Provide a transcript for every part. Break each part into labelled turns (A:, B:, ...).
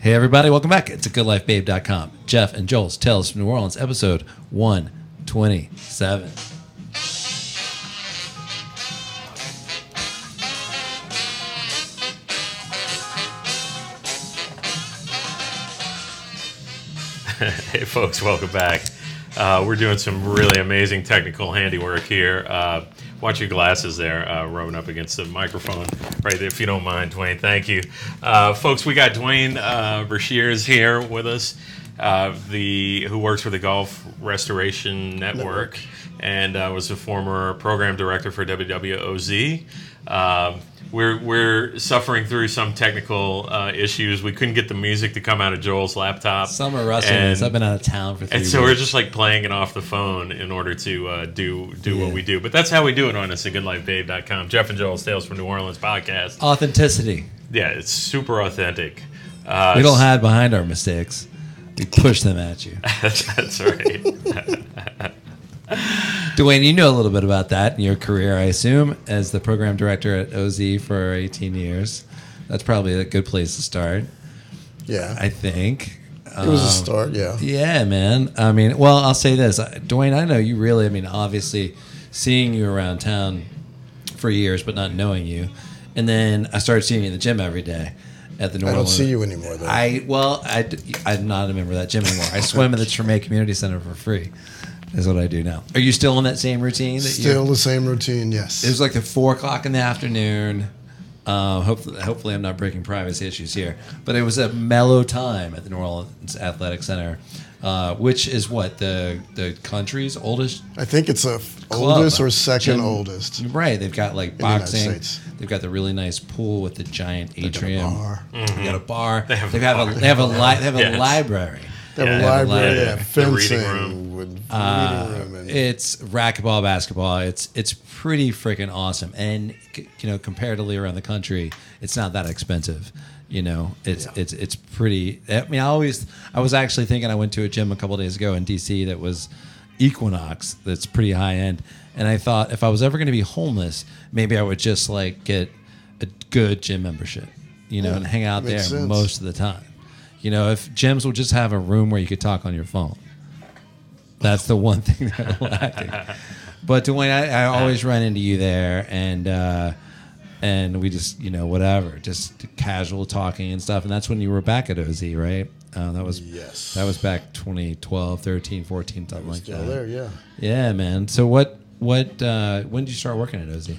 A: Hey, everybody, welcome back. It's a goodlifebabe.com. Jeff and Joel's Tales from New Orleans, episode 127.
B: Hey, folks, welcome back. Uh, we're doing some really amazing technical handiwork here. Uh, watch your glasses there, uh, rubbing up against the microphone right there, if you don't mind, Dwayne. Thank you. Uh, folks, we got Dwayne uh, Brashear is here with us, uh, the who works for the Golf Restoration Network, and uh, was a former program director for WWOZ. Um, we're, we're suffering through some technical uh, issues. We couldn't get the music to come out of Joel's laptop.
A: Summer Russians.
B: And-
A: I've been out of town for three
B: and so we're
A: weeks.
B: just like playing it off the phone in order to uh, do do
A: Yeah.
B: what we do. But that's how we do it on us at goodlifebabe.com. Jeff and Joel's Tales from New Orleans podcast.
A: Authenticity.
B: Yeah, it's super authentic. Uh,
A: We don't hide behind our mistakes, we push them at you.
B: that's right.
A: Dwayne, you know a little bit about that in your career, I assume, as the program director at OZ for 18 years. That's probably a good place to start,
C: Yeah,
A: I think.
C: it was a start. Yeah,
A: Yeah, man. I mean, well, I'll say this, I- Dwayne. I know you really. I mean, obviously, seeing you around town for years, but not knowing you, and then I started seeing you in the gym every day at the New
C: I don't
A: Orleans.
C: see you anymore though.
A: I well, I am not a member of that gym anymore. I swim in the Treme Community Center for free. Is what I do now. Are you still on that same routine? That
C: Still
A: You,
C: the same routine. Yes.
A: it was like the four o'clock in the afternoon. Uh, hopefully, hopefully, I'm not breaking privacy issues here. But it was a mellow time at the New Orleans Athletic Center, uh, which is what the the country's oldest
C: I think it's the
A: club.
C: oldest or second
A: Gym-
C: oldest.
A: Right. They've got like
C: United
A: boxing.
C: States.
A: They've got the really nice pool with the giant
C: They got a
A: atrium.
C: bar.
A: They got a bar. They
B: Mm-hmm. have
A: have,
B: a
A: a,
B: bar.
A: they have a li- they have a
B: Yes.
A: library.
C: They have
B: Yeah,
C: a library,
B: library,
C: yeah,
B: the reading
C: fencing,
B: room.
C: with reading room, and
A: It's racquetball, basketball. It's it's pretty freaking awesome. And c- you know, comparatively around the country, it's not that expensive. You know, it's it's it's pretty. I mean, I always I was actually thinking I went to a gym a couple days ago in DC that was Equinox. That's pretty high end. And I thought if I was ever going to be homeless, maybe I would just like get a good gym membership. You know, and hang out there
C: makes sense.
A: most of the time. You know, if gyms would just have a room where you could talk on your phone. That's the one thing they're lacking. But Dwayne, I, I always run into you there, and uh, and we just you know whatever, just casual talking and stuff. And that's when you were back at OZ, right? Uh, that was
C: Yes.
A: That was back 2012, 13, 14, something like uh,
C: still
A: that.
C: there. Yeah.
A: Yeah, man. So what what uh, when did you start working at OZ?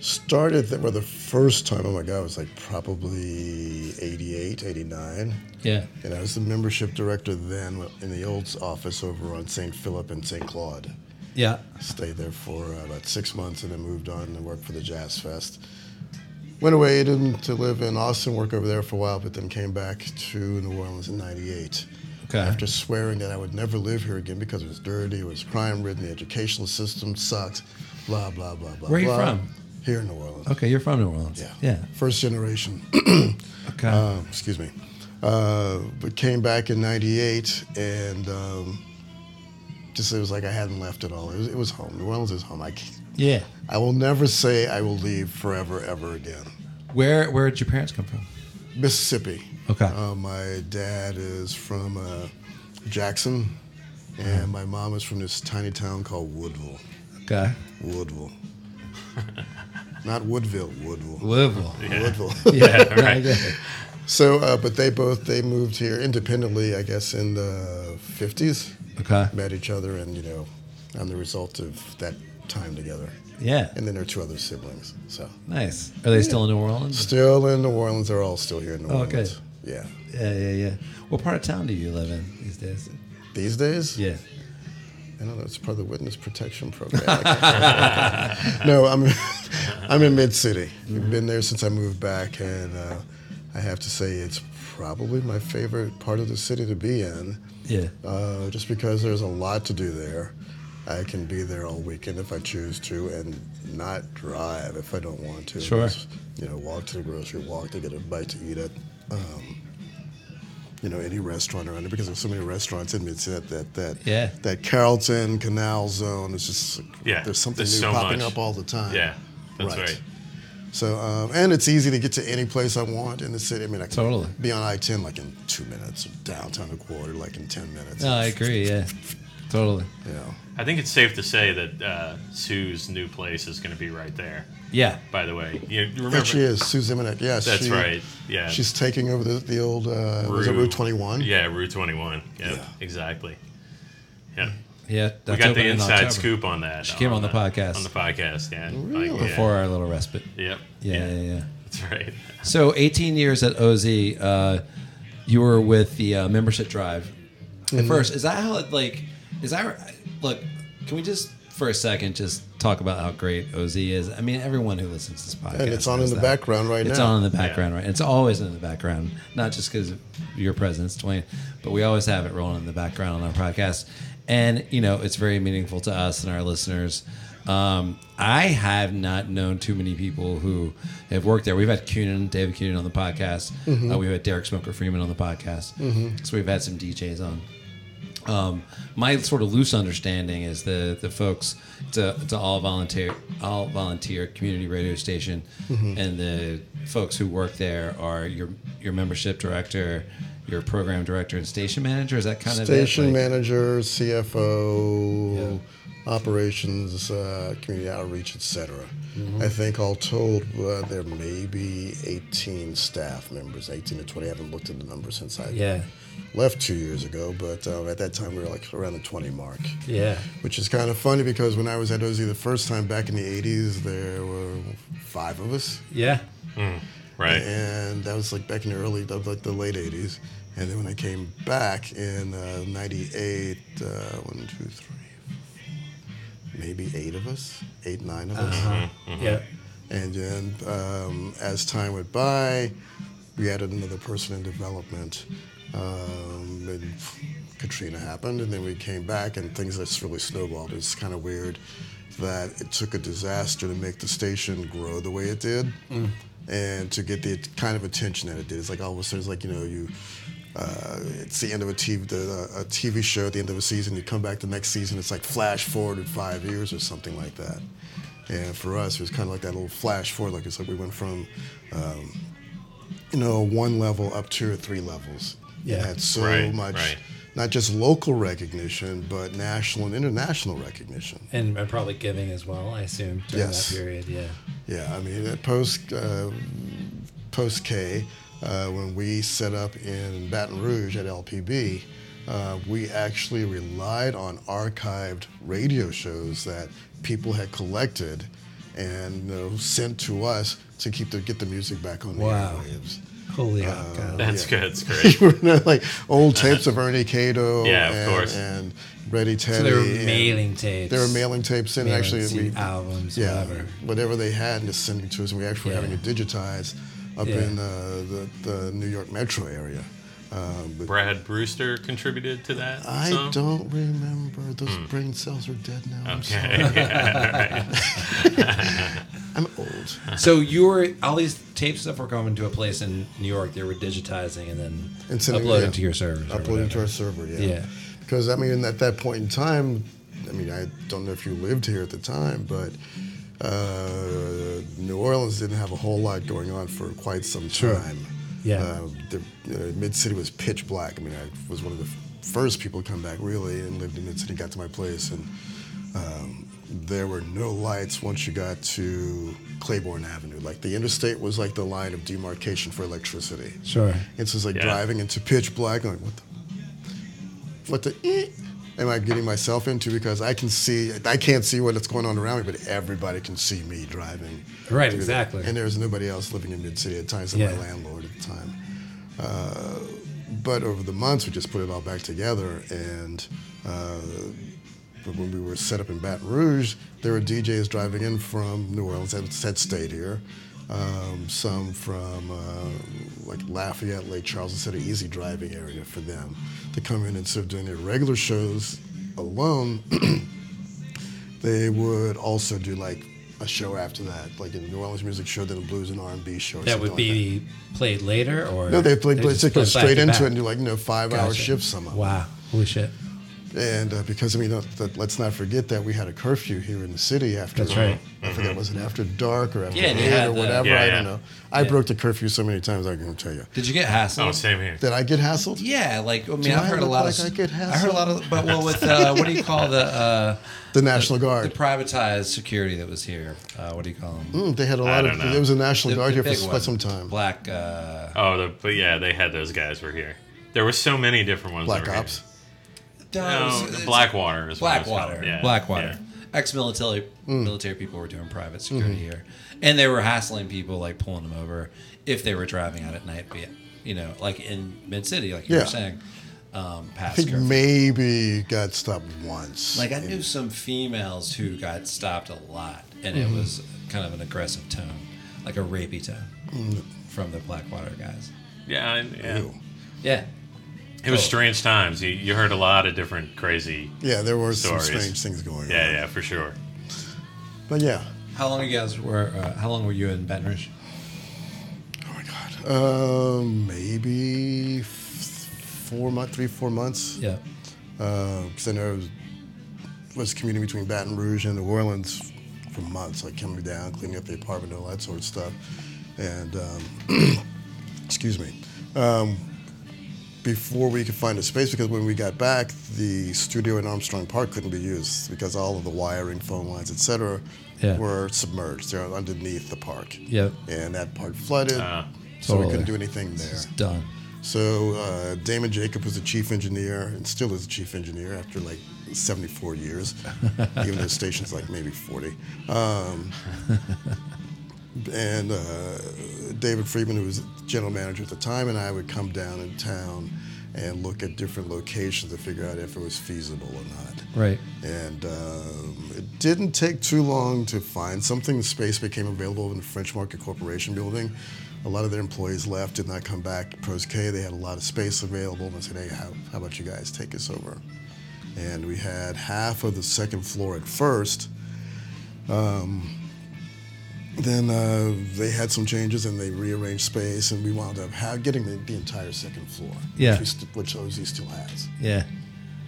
C: Started that well, the first time. Oh my God, it was like probably 88, 89.
A: Yeah,
C: And I was the membership director then in the old office over on St. Philip and St. Claude.
A: yeah.
C: Stayed there for uh, about six months and then moved on and worked for the Jazz Fest. Went away to, to live in Austin, work over there for a while, but then came back to New Orleans in 98.
A: Okay.
C: After swearing that I would never live here again because it was dirty, it was crime ridden, the educational system sucked, blah, blah, blah, blah.
A: Where you
C: blah.
A: from?
C: Here in New Orleans.
A: Okay, you're from New Orleans.
C: Yeah.
A: Yeah.
C: First generation.
A: Okay.
C: Uh, excuse me, uh, but came back in '98 and um, just it was like I hadn't left at all. It was, it was home. New Orleans is home. I can't,
A: yeah.
C: I will never say I will leave forever ever again.
A: Where where did your parents come from?
C: Mississippi.
A: Okay.
C: Uh, my dad is from uh, Jackson, and my mom is from this tiny town called Woodville.
A: Okay.
C: Woodville. Not Woodville. Woodville.
A: Louisville.
C: Woodville.
A: Yeah. right.
C: So, uh, but they both they moved here independently, I guess, in the fifties.
A: Okay.
C: Met each other, and you know, I'm the result of that time together.
A: Yeah.
C: And then there are two other siblings. So,
A: Nice. Are they still in New Orleans?
C: still in New Orleans, they're all still here in New
A: Oh,
C: Orleans.
A: good.
C: Yeah.
A: Yeah, yeah, yeah. What part of town do you live in these days?
C: These days,
A: Yeah.
C: I don't know. It's part of the witness protection program. I can't- no, I'm I'm in Mid City. I've Been there since I moved back, and uh, I have to say it's probably my favorite part of the city to be in.
A: Yeah.
C: uh, just because there's a lot to do there. I can be there all weekend if I choose to, and not drive if I don't want to.
A: Sure.
C: Just, you know, walk to the grocery, walk to get a bite to eat at, um, you know, any restaurant around there because there's so many restaurants in mid that that that
A: Yeah.
C: that Carrollton Canal Zone is just
B: Yeah,
C: There's something
B: there's
C: new
B: so
C: popping
B: much.
C: up all the time.
B: Yeah, that's right.
C: Right. So um, and it's easy to get to any place I want in the city. I mean, I can
A: Totally.
C: be on I-10 like in two minutes, or downtown a quarter like in ten minutes.
A: No, I agree. Yeah, totally.
C: You know,
B: I think it's safe to say that uh, Sue's new place is going to be right there.
A: Yeah,
B: By the way, you you remember?
C: there she is, Sue Ziminek. Yeah,
B: That's
C: she-
B: right. Yeah.
C: She's taking over the, the old uh, was it Route 21?
B: Yeah, Rue 21. Yeah,
C: Yeah.
B: exactly. Yeah.
A: yeah.
B: We
A: that's
B: got
A: opening
B: the
A: in
B: inside
A: Hmm. October.
B: scoop on that.
A: She came on the podcast.
B: On the podcast, yeah.
C: Oh, Really?
B: Like, yeah.
A: before our little respite.
B: Yep.
A: Yeah, yeah, yeah.
B: That's right.
A: So 18 years at OZ, uh, you were with the uh, membership drive.
C: Mm-hmm.
A: At first, is that how it like? Is that look? Can we just for a second just talk about how great OZ is? I mean, everyone who listens to this podcast
C: And it's on
A: knows
C: in the
A: that.
C: background right
A: It's
C: now.
A: on in the background, right? It's always in the background, not just because of your presence, Dwayne, but we always have it rolling in the background on our podcast. And, you know, it's very meaningful to us and our listeners. Um, I have not known too many people who have worked there. We've had Cunin, David Cunin on the podcast.
C: Mm-hmm.
A: Uh, we've had Derek Smoker Freeman on the podcast. So we've had some DJs on um, my sort of loose understanding is the the folks to, to all volunteer all volunteer community radio station
C: Mm-hmm.
A: and the folks who work there are your your membership director your program director and station manager is that kind of it?
C: Station
A: Like-
C: manager, CFO, operations, uh, community outreach, etc.
A: Mm-hmm.
C: I think all told, uh, there may be 18 staff members, 18 to 20. I haven't looked at the number since I
A: yeah
C: left two years ago, but uh, at that time we were like around the 20 mark.
A: yeah
C: Which is kind of funny because when I was at OZ the first time back in the 80s, there were five of us.
A: yeah
B: Right.
C: and that was like back in the early, that was like the late '80s. And then when I came back in uh, '98, uh, one, two, three, four, maybe eight of us, eight, nine of us.
A: yeah
C: And then um, as time went by, we added another person in development. Um, and Katrina happened, and then we came back, and things just really snowballed. It's kind of weird that it took a disaster to make the station grow the way it did. And to get the kind of attention that it did, it's like all of a sudden, it's like you know, you uh, it's the end of a TV, the, a TV show at the end of a season. You come back the next season, it's like flash forwarded five years or something like that. And for us, it was kind of like that little flash forward. Like it's like we went from, um, you know, one level up two or three levels.
A: Yeah.
C: And had so
B: Right,
C: much,
B: right.
C: not just local recognition, but national and international recognition.
D: and and probably giving as well. I assume during
C: Yes.
D: that period. Yeah,
C: Yeah, I mean, at post uh, post K, uh, when we set up in Baton Rouge at LPB, uh, we actually relied on archived radio shows that people had collected and you know, sent to us to keep the, get the music back on the
D: Wow.
C: airwaves.
D: holy
C: Uh,
D: God.
B: That's
C: yeah.
B: good. That's great.
C: You know, like old tapes of Ernie Cato
B: Yeah, of
C: and,
B: course.
C: and Reddy Teddy.
D: So they were
C: and-
D: mailing tapes.
C: They were mailing tapes in.
D: mailing
C: actually,
D: CD
C: we,
D: albums,
C: yeah,
D: whatever.
C: they had and just sending to us, and we actually were
D: Yeah.
C: having it digitized up
D: Yeah.
C: in uh, the, the New York metro area. Um, but
B: Brad Brewster contributed to that.
C: I
B: some?
C: don't remember. Those
D: Hmm.
C: brain cells are dead now. I'm sorry.
B: Okay. yeah.
C: I'm old.
A: so you were all these tape stuff were coming to a place in New York they were digitizing and then
C: And sending-
A: uploading
C: yeah.
A: to your servers or
C: uploading to
A: whatever.
C: our server. Yeah.
A: Yeah.
C: Because I mean, at that point in time, I mean, I don't know if you lived here at the time, but uh, New Orleans didn't have a whole lot going on for quite some time.
D: Yeah.
C: Uh, the uh, Mid City was pitch black. I mean, I was one of the f- first people to come back really and lived in Mid City. Got to my place and. Um, there were no lights once you got to Claiborne Avenue. Like the interstate was like the line of demarcation for electricity.
D: Sure.
C: It's just like
B: Yeah.
C: driving into pitch black. I'm like, what the, what the, eh, am I getting myself into? Because I can see, I can't see what's going on around me, but everybody can see me driving. through
D: Right,
C: that.
D: exactly.
C: And there was nobody else living in mid city at times, than
D: Yeah.
C: my landlord at the time. Uh, but over the months, we just put it all back together. And uh, but when we were set up in Baton Rouge, there were DJs driving in from New Orleans that had stayed here. Um, some from uh, like Lafayette, Lake Charles, instead of easy driving area for them to come in instead of doing their regular shows alone they would also do like a show after that, like a New Orleans music show, then a blues and R and B show. Or
D: That
C: something
D: would
C: like
D: be played later, or
C: that. No, they played,
D: just
C: played,
D: put
C: go
D: back
C: straight
D: to
C: into
D: back?
C: it and do like you know five hour
D: Gotcha.
C: shifts. Some of them.
D: Wow, holy shit!
C: And uh, because I mean, uh, that, let's not forget that we had a curfew here in the city after.
D: That's right.
C: I forget was it after dark or
A: Mm-hmm.
C: after
A: Yeah, and you
C: eight
A: had
C: or
A: the-
C: whatever.
B: Yeah,
C: I
B: yeah.
C: don't know. I broke the curfew so many times I can't tell you.
A: Did you get hassled?
B: Oh, same here.
C: Did I get hassled?
A: Yeah, like I mean,
C: Do
A: I've
C: I
A: heard a
C: look
A: lot
C: like
A: of.
C: I get
A: heard a lot of, but well, with uh, what do you call the uh,
C: The National
A: the
C: Guard.
A: privatized security that was here? Uh, what do you call them?
C: Mm, they had a lot of.
B: don't know.
C: There was a National
A: The-
C: Guard
A: the
C: here for
A: big one.
C: quite some time.
A: Black. Uh,
B: Oh, the, but yeah, they had those guys were here. There were so many different ones.
C: Black
B: that were here.
C: Ops.
A: no,
B: No,
A: it's-
B: the Blackwater is what it's called.
A: uh, Blackwater.
B: Yeah,
A: Blackwater. Ex-military
C: Mm.
A: military people were doing private
C: Mm-hmm.
A: security here, and they were hassling people, like pulling them over if they were driving out at night. Be you know, like in mid city, like you were
C: Yeah.
A: saying, um,
C: I
A: past
C: think
A: curfew.
C: maybe got stopped once.
A: Like I knew some females who got stopped a lot, and
C: Mm-hmm.
A: it was kind of an aggressive tone, like a rapey tone
C: Mm.
A: from the Blackwater guys.
B: Yeah, and- yeah.
C: Ew.
A: Yeah,
B: It was
A: Oh.
B: strange times. You, you heard a lot of different crazy.
C: Yeah, there were some
B: Stories.
C: strange things going on.
B: Yeah, yeah, for sure.
C: But yeah.
A: how long you guys were? Uh, how long were you in Baton Rouge?
C: Oh my God. Um, maybe f- four months, three, four months.
A: Yeah,
C: Because Um, I know it was, was commuting between Baton Rouge and New Orleans for months, like coming down, cleaning up the apartment, all that sort of stuff. And, um, excuse me, um, before we could find a space, because when we got back, the studio in Armstrong Park couldn't be used because all of the wiring, phone lines, et cetera,
A: Yeah.
C: were submerged. They're underneath the park.
A: Yep.
C: And that part flooded,
B: Ah.
C: so we couldn't
A: Totally.
C: do anything there.
A: it's done.
C: So uh, Damon Jacob was the chief engineer and still is the chief engineer after like 74 years, even though the station's like maybe 40. Um, and uh, David Friedman, who was general manager at the time, and I would come down in town and look at different locations to figure out if it was feasible or not.
A: Right.
C: And um, it didn't take too long to find something. The space became available in the French Market Corporation building. A lot of their employees left, did not come back. Pros K, they had a lot of space available, and I said, hey, how, how about you guys take us over? And we had half of the second floor at first. Um, then uh, they had some changes and they rearranged space, and we wound up ha- getting the, the entire second floor,
A: Yeah.
C: which, we st- which OZ still has.
A: Yeah,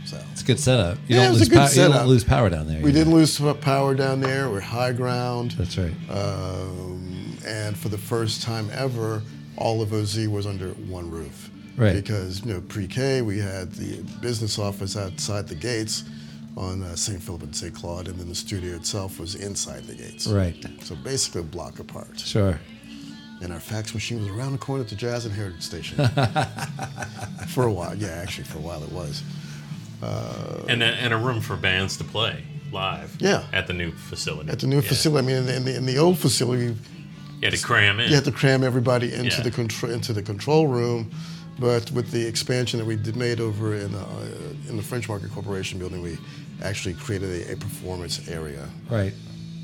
C: So
A: it's a good setup. You
C: Yeah,
A: don't
C: it was a
A: lose
C: good
A: power. You
C: setup.
A: don't lose power down there.
C: We
A: you know?
C: didn't lose p- power down there. We're high ground.
A: That's right.
C: Um, and for the first time ever, all of OZ was under one roof.
A: Right.
C: Because, you know, pre K, we had the business office outside the gates on uh, St. Philip and St. Claude, and then the studio itself was inside the gates.
A: Right.
C: So basically a block apart.
A: Sure.
C: And our fax machine was around the corner at the Jazz and Heritage Station. for a while. Yeah, actually, for a while it was.
B: And a, and a room for bands to play live.
C: Uh, Yeah.
B: At the new facility.
C: At the new
B: Yeah.
C: facility, I mean, in the, in the, in the old facility,
B: You had to cram in.
C: you had to cram everybody into
B: Yeah.
C: the control into the control room. But with the expansion that we did made over in the, uh, in the French Market Corporation building, we actually created a, a performance area.
A: Right.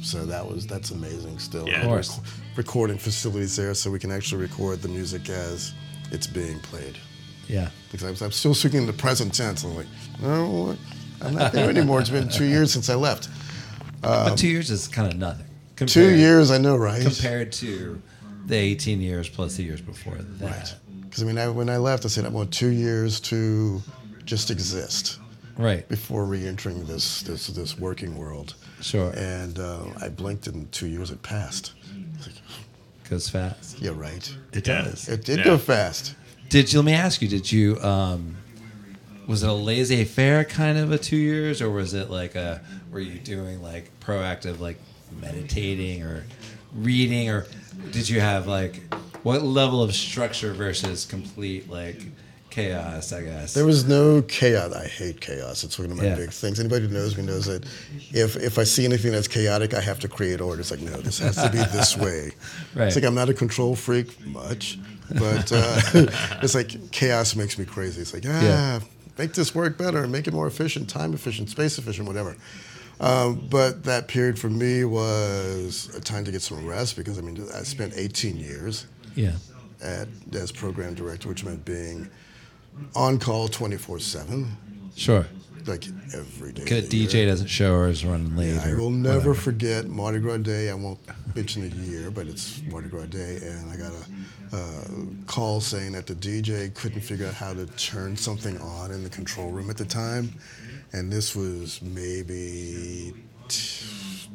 C: So that was that's amazing still.
B: Yeah. Of
C: And
A: course.
C: recording facilities there, so we can actually record the music as it's being played.
A: Yeah.
C: Because I was, I'm still speaking in the present tense. I'm like, no, I'm not there anymore. It's been two years since I left. Um,
A: but two years is kind of nothing. Compared,
C: Two years, I know, right?
A: compared to the 18 years plus the years before that.
C: Right. Because I mean, I, when I left, I said I want two years to just exist
A: Right.
C: before re-entering this this this working world.
A: Sure.
C: And uh, I blinked, and two years had passed. It's like,
A: Goes fast.
C: yeah, right.
A: It
B: Yeah.
A: does.
C: It did
B: Yeah.
C: go fast.
A: Did you? Let me ask you. Did you? Um, was it a laissez-faire kind of a two years, or was it like a? Were you doing like proactive, like meditating or reading, or did you have like what level of structure versus complete like chaos? I guess
C: There was no chaos. I hate chaos. It's one of my
A: Yeah.
C: big things. Anybody who knows me knows that if if I see anything that's chaotic, I have to create order. It's like no, this has to be this way.
A: Right.
C: It's like I'm not a control freak much, but uh, it's like chaos makes me crazy. It's like ah,
A: Yeah.
C: make this work better, make it more efficient, time efficient, space efficient, whatever. Um, but that period for me was a time to get some rest because I mean I spent 18 years
A: yeah,
C: at as program director, which meant being on call 24 7,
A: sure.
C: like every day.
A: Good
C: of the year.
A: DJ doesn't show or is running late.
C: I
A: or
C: will never
A: whatever.
C: forget Mardi Gras Day. I won't mention the year, but it's Mardi Gras Day, and I got a uh, call saying that the DJ couldn't figure out how to turn something on in the control room at the time, and this was maybe t-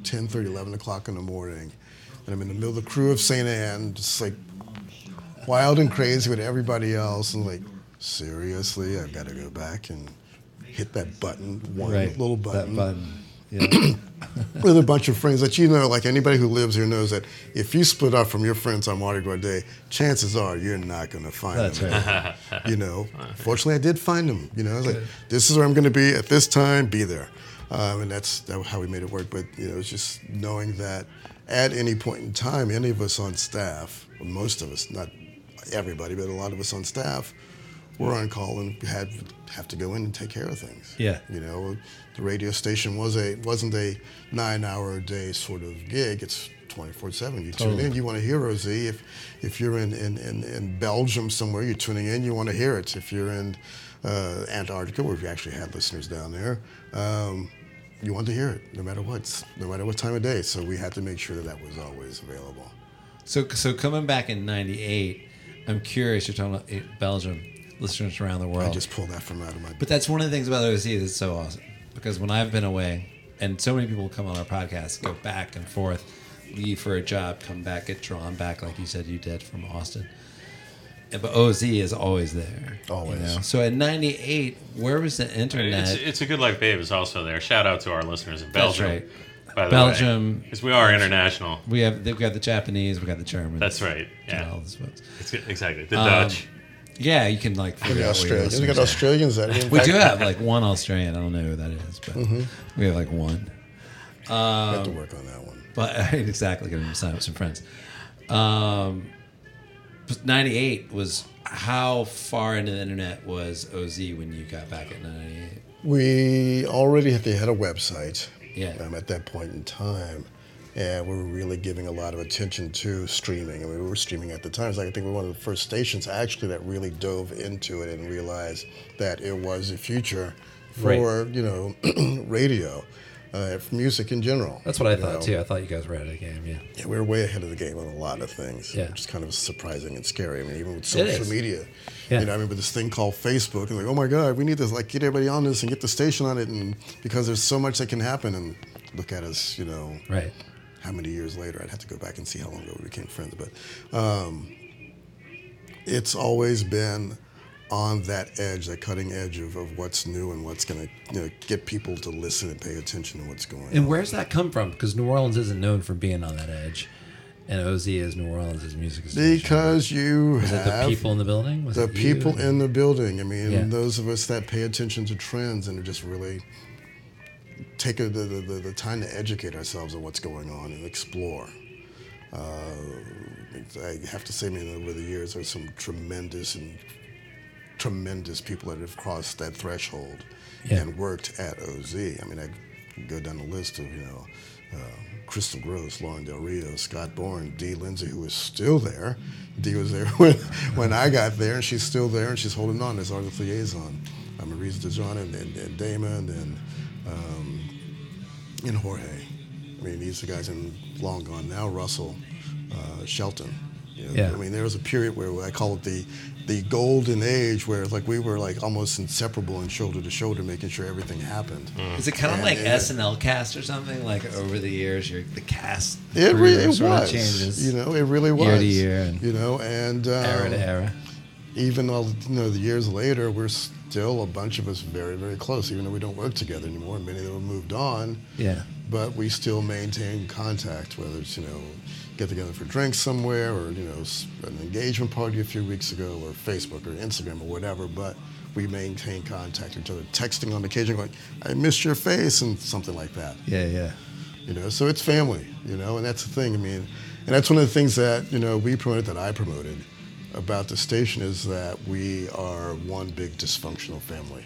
C: 10 11 o'clock in the morning and i'm in the middle of the crew of st anne just like wild and crazy with everybody else and like seriously i've got to go back and hit that button one
A: right.
C: little
A: That button. Yeah.
C: with a bunch of friends that you know, like anybody who lives here knows that if you split up from your friends on Mardi Gras Day, chances are you're not going to find
A: That's
C: them.
A: right.
C: You know, fortunately, I did find them. You know, I was like, this is where I'm going to be at this time. Be there, um, and that's that, how we made it work. But you know, it's just knowing that at any point in time, any of us on staff, or most of us, not everybody, but a lot of us on staff, were on call and had have to go in and take care of things.
A: Yeah.
C: you know, the radio station was a wasn't a nine hour a day sort of gig. It's 24/7. You tune in, you want to hear Rosie. If if you're in, in, in, in Belgium somewhere, you're tuning in, you want to hear it. If you're in uh, Antarctica, where we actually had listeners down there, um, you want to hear it no matter what, no matter what time of day. So we had to make sure that that was always available.
A: So, so coming back in '98, I'm curious. You're talking about eh, Belgium, listeners around the world.
C: I just pulled that from out of my.
A: but that's one of the things about OC that's so awesome. Because when I've been away, and so many people come on our podcast, go back and forth, leave for a job, come back, get drawn back, like you said you did from Austin. And- But OZ is always there. you
C: Always.
A: know? So at 98, where was the internet?
B: It's, it's a good life, babe. Is also there. Shout out to our listeners in
A: That's
B: Belgium.
A: right.
B: By the
A: Belgium.
B: because we are international.
A: we have they've got the Japanese, we've got the Germans.
B: That's right.
A: and all
B: Yeah,
A: those folks.
B: it's, good- exactly. The
A: Um,
B: Dutch.
A: Yeah, you can like
C: we
A: figure
C: got
A: out where your
C: Australians. We
A: listeners
C: got
A: are.
C: Australians that in
A: We
C: fact,
A: do have like one Australian. I don't know who that is, but
D: Mm-hmm.
A: we have like one.
C: we have to work on that one.
A: But exactly, going to sign up some friends. Um, but 98 was how far into the internet was OZ when you got back at 98?
C: We already had, they had a website
A: Yeah.
C: um, at that point in time. And we were really giving a lot of attention to streaming. And we were streaming at the time. So I think we were one of the first stations actually that really dove into it and realized that it was the future for, you know, radio, uh, for music in general.
D: That's what I
C: you
D: thought
C: know.
D: too. I thought you guys were out of the game. Yeah.
C: Yeah, we were way ahead of the game on a lot of things,
D: Yeah.
C: which is kind of surprising and scary. I mean, even with
D: It
C: social
D: is.
C: media,
D: Yeah.
C: you know, I remember this thing called Facebook, and like, oh my God, we need to like get everybody on this and get the station on it, and because there's so much that can happen, and look at us, you know,
D: Right.
C: how many years later? I'd have to go back and see how long ago we became friends, but um, it's always been on that edge, that cutting edge of, of what's new and what's going to you know, get people to listen and pay attention to what's going on.
D: And where's that come from? Because New Orleans isn't known for being on that edge, and OZ is New Orleans' music. is
C: Because you
D: is it the
C: have
D: people in the building? Was
C: the
D: it you?
C: people in the building. I mean,
D: Yeah.
C: those of us that pay attention to trends and just really take a, the, the, the, the time to educate ourselves on what's going on and explore. Uh, I have to say, I mean, over the years, there's some tremendous and tremendous people that have crossed that threshold
D: Yeah.
C: and worked at OZ. I mean, I could go down the list of, you know, uh, Crystal Gross, Lauren Del Rio, Scott Bourne, Dee Lindsay, who is still there. Dee was there when, when I got there, and she's still there, and she's holding on as artist liaison. Uh, Maurice DeJohn and, and, and Damon and, um, and Jorge. I mean, these are guys in long gone now, Russell, uh, Shelton. You know,
D: Yeah.
C: I mean, there was a period where I call it the the golden age, where like we were like almost inseparable and shoulder to shoulder, making sure everything happened.
A: Is it kind of
C: Yeah,
A: like
C: yeah.
A: SNL cast or something? Like over the years, your the cast
C: It
A: crew
C: really was.
A: sort of changes
C: You know, it really was.
A: year to year and
C: you know, and um,
A: era to era.
C: even though you know the years later, we're still a bunch of us very, very close, even though we don't work together anymore. Many of them have moved on.
D: Yeah.
C: but we still maintain contact, whether it's, you know, get together for drinks somewhere or, you know, s- an engagement party a few weeks ago or Facebook or Instagram or whatever, but we maintain contact with each other, texting on occasion, going, I missed your face and something like that,
A: Yeah, yeah.
C: you know, so it's family, you know, and that's the thing, I mean, and that's one of the things that, you know, we promoted, that I promoted about the station is that we are one big dysfunctional family.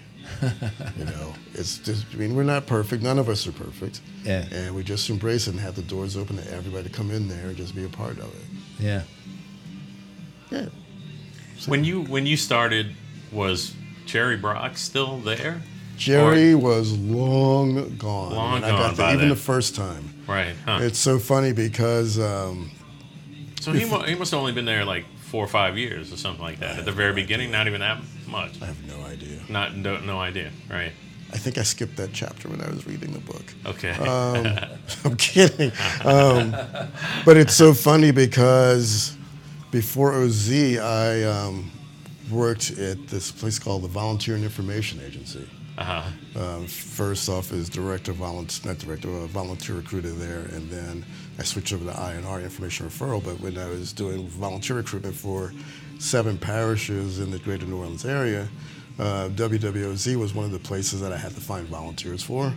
C: you know, it's just, I mean, we're not perfect. None of us are perfect.
D: Yeah.
C: And we just embrace it and have the doors open to everybody to come in there and just be a part of it.
D: Yeah.
C: Yeah.
B: When you when you started, was Jerry Brock still there?
C: Jerry was long gone.
B: Long
C: when I
B: gone
C: got there,
B: by
C: even
B: then.
C: the first time.
B: Right. Huh.
C: It's so funny because um,
B: so he, mu- he must have only been there like four or five years or something like that at the very beginning. Not even that much.
C: I have no idea.
B: Not no, no idea. Right.
C: I think I skipped that chapter when I was reading the book.
B: Okay.
C: Uh, Um, I'm kidding. Um, but it's so funny because before OZ, I um, worked at this place called the Volunteer and Information Agency.
B: uh-huh.
C: Um, first off, as director of volunteer, not director, uh, volunteer recruiter there, and then I switched over to INR, information referral. But when I was doing volunteer recruitment for seven parishes in the greater New Orleans area, uh, WWOZ was one of the places that I had to find volunteers for.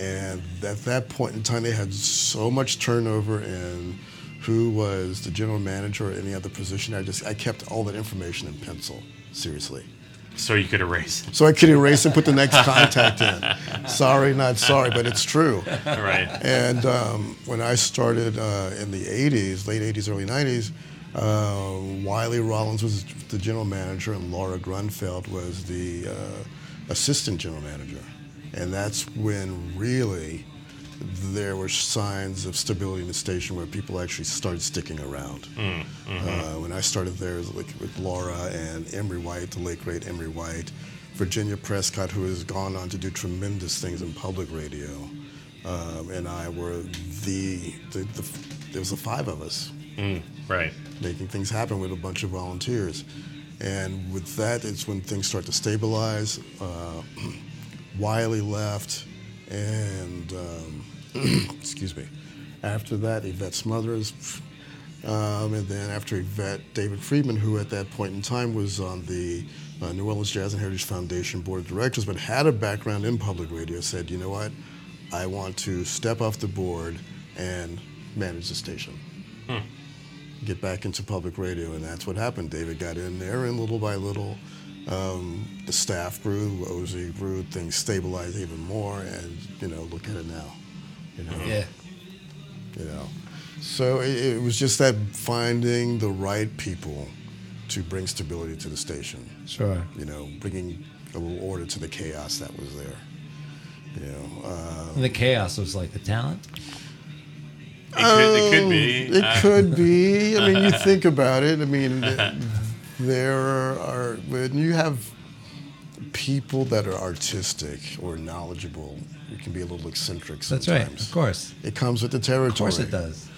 C: And at that point in time, they had so much turnover in who was the general manager or any other position. I just I kept all that information in pencil, seriously
B: So you could erase.
C: so I could erase and put the next contact in. Sorry, not sorry, but it's true.
B: All right.
C: And um, when I started uh, in the 80s, late 80s, early 90s, uh, Wiley Rollins was the general manager and Laura Grunfeld was the uh, assistant general manager. And that's when really there were signs of stability in the station where people actually started sticking around. Uh, when I started there, it was like with Laura and Emery White, the late great Emery White, Virginia Prescott, who has gone on to do tremendous things in public radio, um, and I were the, the, the there was the five of us
B: Right.
C: making things happen with a bunch of volunteers. And with that, it's when things start to stabilize. Uh, Wiley left, and um, excuse me. After that, Yvette Smothers, um, and then after Yvette, David Friedman, who at that point in time was on the uh, New Orleans Jazz and Heritage Foundation board of directors, but had a background in public radio, said, "You know what? I want to step off the board and manage the station." get back into public radio, and that's what happened. David got in there, and little by little, um, the staff grew, OZ grew, things stabilized even more, and you know, look at it now. You know,
D: Yeah.
C: you know. So it, it was just that finding the right people to bring stability to the station.
D: Sure.
C: You know, bringing a little order to the chaos that was there. You know, uh,
D: And the chaos was like the talent.
B: It could, it could be.
C: um, It
B: uh,
C: could be. I mean, you think about it. I mean, there are when you have people that are artistic or knowledgeable, you can be a little eccentric sometimes.
D: That's right. Of course.
C: It comes with the territory.
D: Of course it does.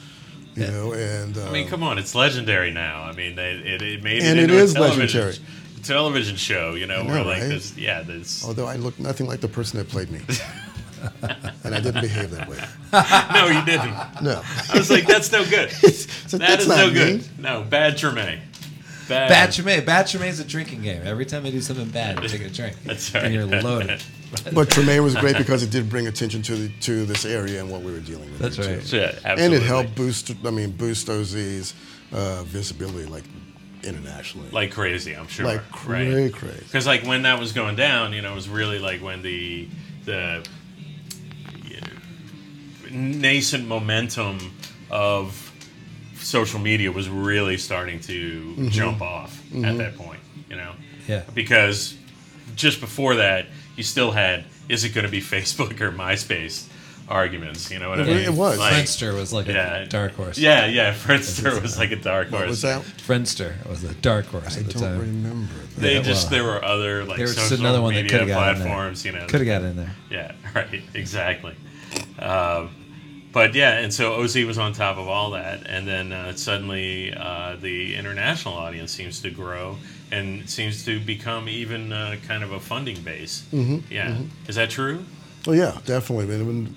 C: You
D: Yeah.
C: know, and uh,
B: I mean, come on, it's legendary now. I mean, they, it, it made
C: And
B: it
C: it
B: into
C: is
B: a television,
C: legendary.
B: television show. You know,
C: know,
B: where like
C: right? Oh,
B: this, yeah, this.
C: although I look nothing like the person that played me, and I didn't behave that way.
B: No, you didn't.
C: No,
B: I was like, that's no good.
C: So
B: That
C: that's
B: is
C: not
B: no
C: me.
B: good. No, bad Tremaine. Bad.
A: Bad Tremaine. Bad Tremaine's a drinking game. Every time I do something bad, I take a drink.
B: That's right.
A: And you're loaded.
C: But Tremaine was great because it did bring attention to the, to this area and what we were dealing with.
A: That's
C: here, too.
A: right.
B: Shit, absolutely.
C: and it helped boost. I mean, boost OZ's uh, visibility like internationally,
B: like crazy. I'm sure.
C: like cray
B: right.
C: crazy.
B: Because like when that was going down, you know, it was really like when the the you know, nascent momentum of social media was really starting to
C: Mm-hmm.
B: jump off at that point. You know,
D: Yeah.
B: because just before that, you still had is it going to be Facebook or MySpace arguments? You know what I
C: It
B: mean?
C: wa- it was.
B: Like,
D: Friendster was like
B: yeah,
D: a dark horse.
B: Yeah, yeah. Friendster was like a dark horse.
C: What was that?
D: Friendster was a dark horse
C: I
D: at the
C: don't
D: time.
C: remember. That.
B: They
D: Yeah,
B: just
D: well,
B: there were other like
D: there was
B: social
D: another one that
B: media
D: coulda gotten in there.
B: platforms, you know.
D: Could have got in there.
B: Yeah, right, exactly. Um, but yeah, and so OZ was on top of all that, and then uh, suddenly uh, the international audience seems to grow and seems to become even uh, kind of a funding base. Mm-hmm, yeah, is that true?
C: Well, yeah, definitely. I mean,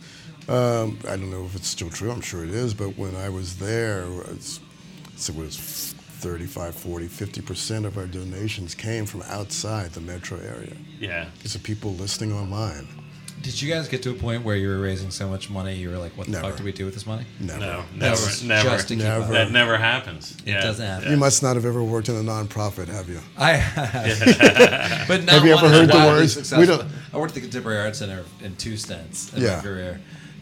C: when, um, I don't know if it's still true. I'm sure it is. But when I was there, it's, so it was 35, 40, 50 percent of our donations came from outside the metro area.
B: Yeah,
C: It's the people listening online.
A: Did you guys get to a point where you were raising so much money you were like, what the
C: Never.
A: fuck do we do with this money?
C: Never.
B: no,
A: That
B: never,
A: was
B: never.
A: just to keep up.
C: Never.
B: that never happens.
A: It doesn't happen.
C: You must not have ever worked in a nonprofit, have you?
A: I but not
C: Have you
A: one
C: ever
A: is
C: heard the
A: wildly
C: words? We
A: successful.
C: don't-
A: I worked at the Contemporary Arts Center in two stints in my
C: Yeah.
A: career,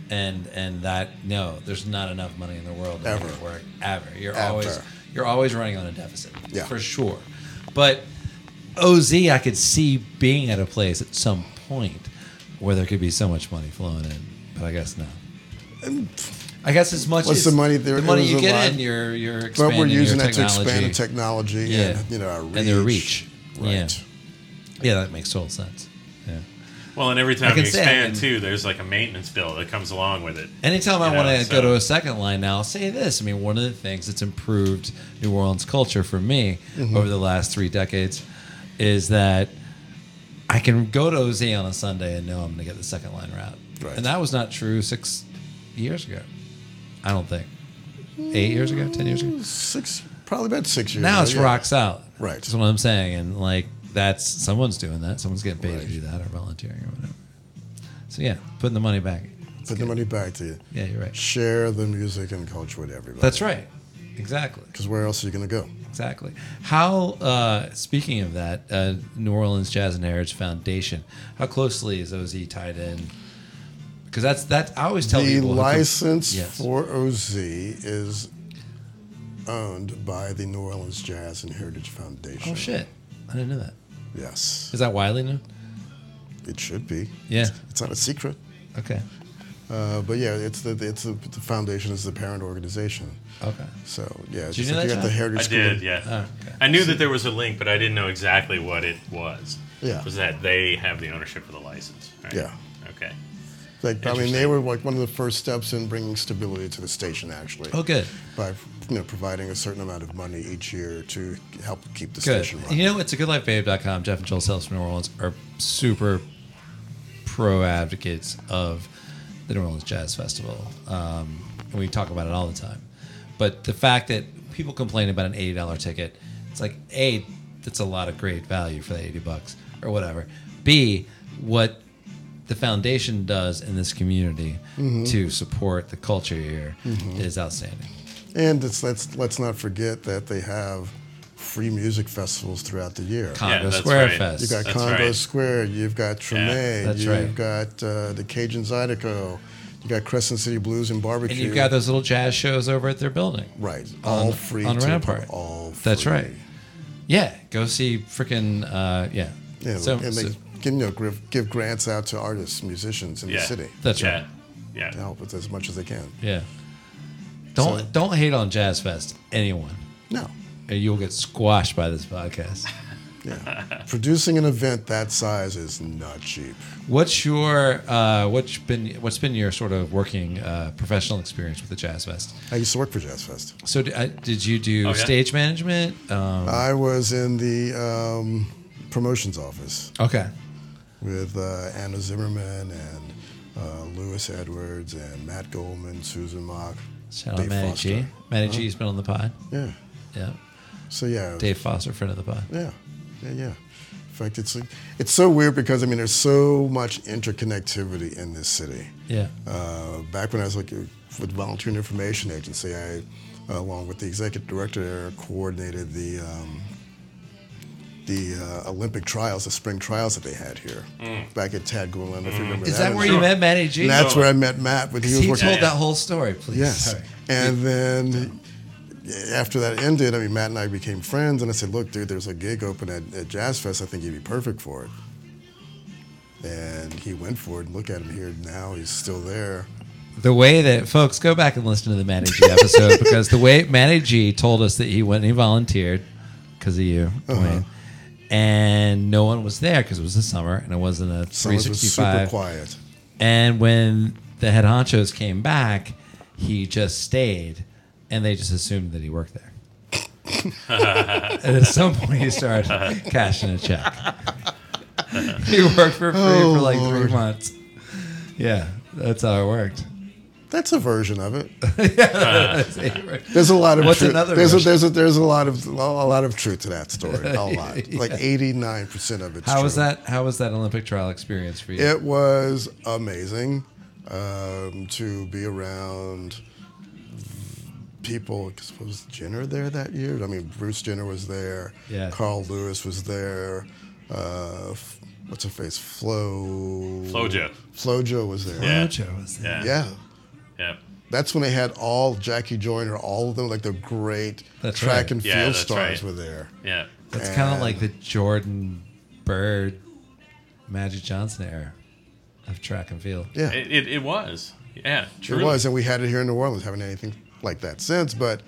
A: and and that no, there's not enough money in the world to make
C: Ever.
A: it work ever. You're
C: Ever.
A: always you're always running on a deficit,
C: Yeah.
A: for sure. But Oz, I could see being at a place at some point where there could be so much money flowing in, but I guess not. I guess as much
C: What's
A: as
C: the money there-
A: the money
C: there
A: you
C: was a
A: get
C: lot.
A: in, you're you're
C: But
A: expanding
C: we're using
A: your
C: it to
A: technology.
C: expand the technology
A: Yeah.
C: and you know our
A: And
C: reach.
A: their reach. Yeah.
C: Right.
A: Yeah, that makes total sense. Yeah.
B: Well, and every time you
D: can say I
B: expand
D: can-
B: too, there's like a maintenance bill that comes along with it.
D: Anytime I
B: You
D: want
B: know,
D: to
B: so-
D: go to a second line now, I'll say this. I mean, one of the things that's improved New Orleans culture for me
C: Mm-hmm.
D: over the last three decades is that I can go to OZ on a Sunday and know I'm going to get the second line route.
C: Right.
D: And that was not true six years ago. I don't think. Eight years ago, ten years ago.
C: Six, probably about six years.
D: Now
C: ago,
D: it's
C: Mm. yeah.
D: rocks out.
C: Right.
D: That's what I'm saying. And like that's someone's doing that. Someone's getting paid to
C: Right.
D: do that or volunteering or whatever. So yeah, putting the money back.
C: Put the money back to you.
D: Yeah, you're right.
C: Share the music and culture with everybody.
D: That's right. Exactly.
C: Because where else are you going to go?
D: Exactly. How, uh, speaking of that, uh, New Orleans Jazz and Heritage Foundation, how closely is OZ tied in? Because that's that. I always tell
C: the
D: people "Oh, who can-
C: license
D: Yes.
C: for OZ is owned by the New Orleans Jazz and Heritage Foundation.
D: Oh shit! I didn't know that.
C: Yes,
D: Is that Wiley now?
C: it should be.
D: Yeah.
C: It's not a secret.
D: Okay.
C: Uh, but yeah, it's the it's the, the foundation is the parent organization.
D: Okay.
C: So yeah,
D: you
C: just
D: know
C: like you
D: that,
C: got the
D: John?
C: Heritage
B: I
C: School.
B: did, yeah.
D: okay.
B: I knew that there was a link, but I didn't know exactly what it was.
C: Yeah.
B: Was that they have the ownership of the license? Right?
C: Yeah.
B: Okay.
C: Like I mean,
B: Interesting.
C: they were like one of the first steps in bringing stability to the station, actually.
D: Oh, good.
C: By you know providing a certain amount of money each year to help keep the
D: Good.
C: station running.
D: You know, it's a goodlifebabe.com. Jeff and Joel Sells from New Orleans are super pro advocates of the New Orleans Jazz Festival. Um, and we talk about it all the time. But the fact that people complain about an $80 ticket, it's like, A, that's a lot of great value for the 80 bucks or whatever. B, what the foundation does in this community to support the culture here is outstanding.
C: And it's, let's let's not forget that they have free music festivals throughout the year.
D: Congo
B: that's
D: Square
B: right.
D: Fest.
C: You've got
B: That's
C: Congo
B: right.
C: Square. You've got Treme.
D: that's
C: you've
D: right.
C: got uh, the Cajun Zydeco. You got Crescent City Blues and Barbecue.
D: And you've got those little jazz shows over at their building.
C: right, all
D: on-
C: free
D: on
C: to the
D: Rampart.
C: public, All free.
D: That's right. Yeah, go see freaking uh, yeah.
C: Yeah,
D: So-
C: and they
D: so-
C: give, you know, give, give grants out to artists, musicians in
B: Yeah.
C: the city
D: that's
B: yeah.
D: right.
B: Yeah.
C: to help with as much as they can.
D: Yeah. Don't
C: So-
D: don't hate on Jazz Fest, anyone,
C: No,
D: or you'll get squashed by this podcast.
C: yeah, producing an event that size is not cheap.
D: What's your uh, what's been what's been your sort of working uh, professional experience with the Jazz Fest?
C: I used to work for Jazz Fest.
D: So d- uh, did you do
B: Oh, yeah.
D: stage management? Um,
C: I was in the um, promotions office.
D: okay.
C: with uh, Anna Zimmerman and uh, Lewis Edwards and Matt Goldman, Susan Mock,
D: Shout out Matty G.
C: Foster.
D: Matty G's been on the pod.
C: Yeah.
D: Yeah.
C: So yeah.
D: Dave Foster, friend of the pod.
C: Yeah. Yeah. Yeah. In fact, it's it's so weird because I mean, there's so much interconnectivity in this city.
D: Yeah.
C: Uh, back when I was like with Volunteer and Information Agency, I, uh, along with the executive director, there, coordinated the um, the uh, Olympic trials, the spring trials that they had here back at Tadgulan. If you remember
D: Mm. Is that where you
B: Sure.
D: met Matty G?
C: And that's where I met Matt when he was
D: He
C: working.
D: told
B: Yeah,
D: that
B: yeah.
D: whole story, please.
C: Yes.
D: Sorry.
C: And then after that ended, I mean, Matt and I became friends, and I said, "Look, dude, there's a gig open at, at Jazz Fest. I think you'd be perfect for it." And he went for it. And look at him here now; he's still there.
D: The way that folks go back and listen to the Matty G episode because the way Matty G told us that he went and he volunteered because of you,
C: Uh-huh.
D: Dwayne, and no one was there because it was the summer and it wasn't a
C: So it was super
D: 365.
C: quiet.
D: And when the head honchos came back, he just stayed, and they just assumed that he worked there. and at some point, he started cashing a check. he worked for free for like
C: Oh,
D: three months. Yeah, that's how it worked.
C: That's a version of it.
D: That's
C: There's a lot of
D: What's
C: truth.
D: another
C: There's a,
D: version?
C: there's a there's a lot of a lot of truth to that story. A lot, like 89 percent of it's
D: how
C: true.
D: was that? How was that Olympic trial experience for you?
C: It was amazing um, to be around people. 'cause was Jenner there that year? I mean, Bruce Jenner was there.
D: Yeah.
C: Carl Lewis was there. Uh, f- what's her face? Flo.
B: Flojo.
C: Flojo was there.
B: Yeah.
D: Ocho was there.
B: Yeah.
C: Yeah.
B: Yeah.
C: That's when they had all Jackie Joyner, all of them, like the great
D: That's
C: track
D: right.
C: and
B: Yeah,
C: field
B: that's right.
C: stars were there.
B: Yeah.
D: That's kind of
C: And-
D: like the Jordan Bird, Magic Johnson era of track and field.
C: Yeah.
B: It, it, it was. Yeah. True.
C: It was, and we had it here in New Orleans. Haven't had anything like that since, but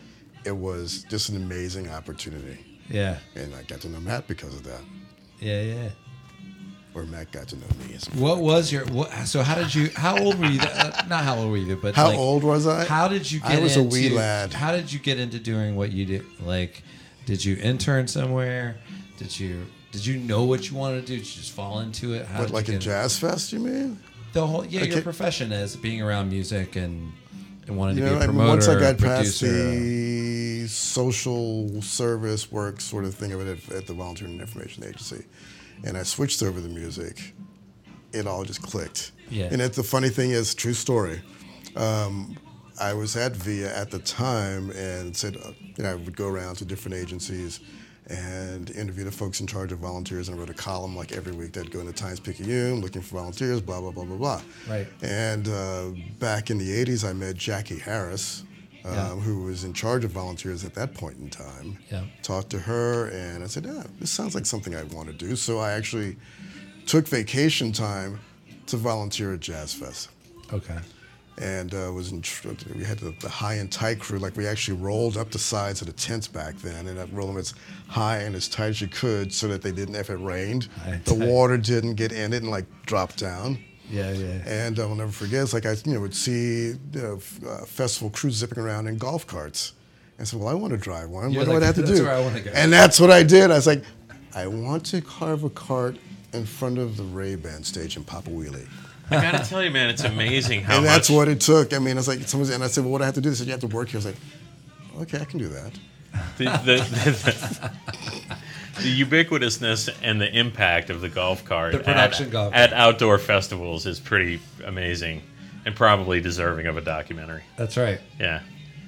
C: it was just an amazing opportunity.
D: Yeah,
C: And I got to know Matt because of that.
D: yeah, yeah.
C: where Mac got to know me. As
D: What was your what, so? How did you? How old were you? uh, not how old were you, but
C: How
D: like,
C: old was I?
D: How did you
C: I
D: get?
C: was a
D: into,
C: wee lad.
D: How did you get into doing what you did? Like, did you intern somewhere? Did you? Did you know what you wanted to do? Did you just fall into it? How
C: What,
D: did
C: like
D: you
C: a
D: get-
C: jazz fest, you mean?
D: The whole yeah, your
C: Okay.
D: profession is being around music and and wanting
C: You
D: to be
C: know,
D: a
C: I mean,
D: promoter,
C: once I got past
D: producer.
C: the social service work sort of thing of it at, at the Volunteer and Information Agency, and I switched over to music, it all just clicked.
D: Yeah.
C: And it's the funny thing is, true story. Um, I was at VIA at the time and said, uh, you know, I would go around to different agencies and interview the folks in charge of volunteers. And I wrote a column like every week that'd go into Times Picayune looking for volunteers, blah, blah, blah, blah, blah.
D: Right.
C: And uh, back in the 80s, I met Jackie Harris, um,
D: Yeah.
C: who was in charge of volunteers at that point in time.
D: Yeah.
C: Talked to her, and I said, yeah, this sounds like something I want to do. So I actually took vacation time to volunteer at Jazz Fest
D: okay.
C: and uh, was in, tr- we had the, the high and tight crew. Like we actually rolled up the sides of the tents back then, and I'd roll them as high and as tight as you could, so that they didn't. If it rained,
D: High and
C: the
D: tight.
C: water didn't get in it and like drop down.
D: Yeah, yeah.
C: And I'll never forget. It's like I, you know, would see you know, f- uh, festival crews zipping around in golf carts, and said, "Well, I want to drive one.
D: You're
C: what
D: like,
C: do I have to
D: "That's
C: do?"
D: where I wanna go.
C: And that's what I did. I was like, "I want to carve a cart in front of the Ray Ban stage in Papa Wheelie."
B: I gotta tell you, man, it's amazing how
C: and that's
B: much.
C: what it took. I mean, it's like someone said- and I said, "Well, what do I have to do?" They said, "You have to work here." I was like, "Okay, I can do that."
B: the, the, the, the ubiquitousness and the impact of the golf cart
D: The production
B: at,
D: golf
B: at outdoor festivals is pretty amazing and probably deserving of a documentary.
D: That's right.
B: Yeah.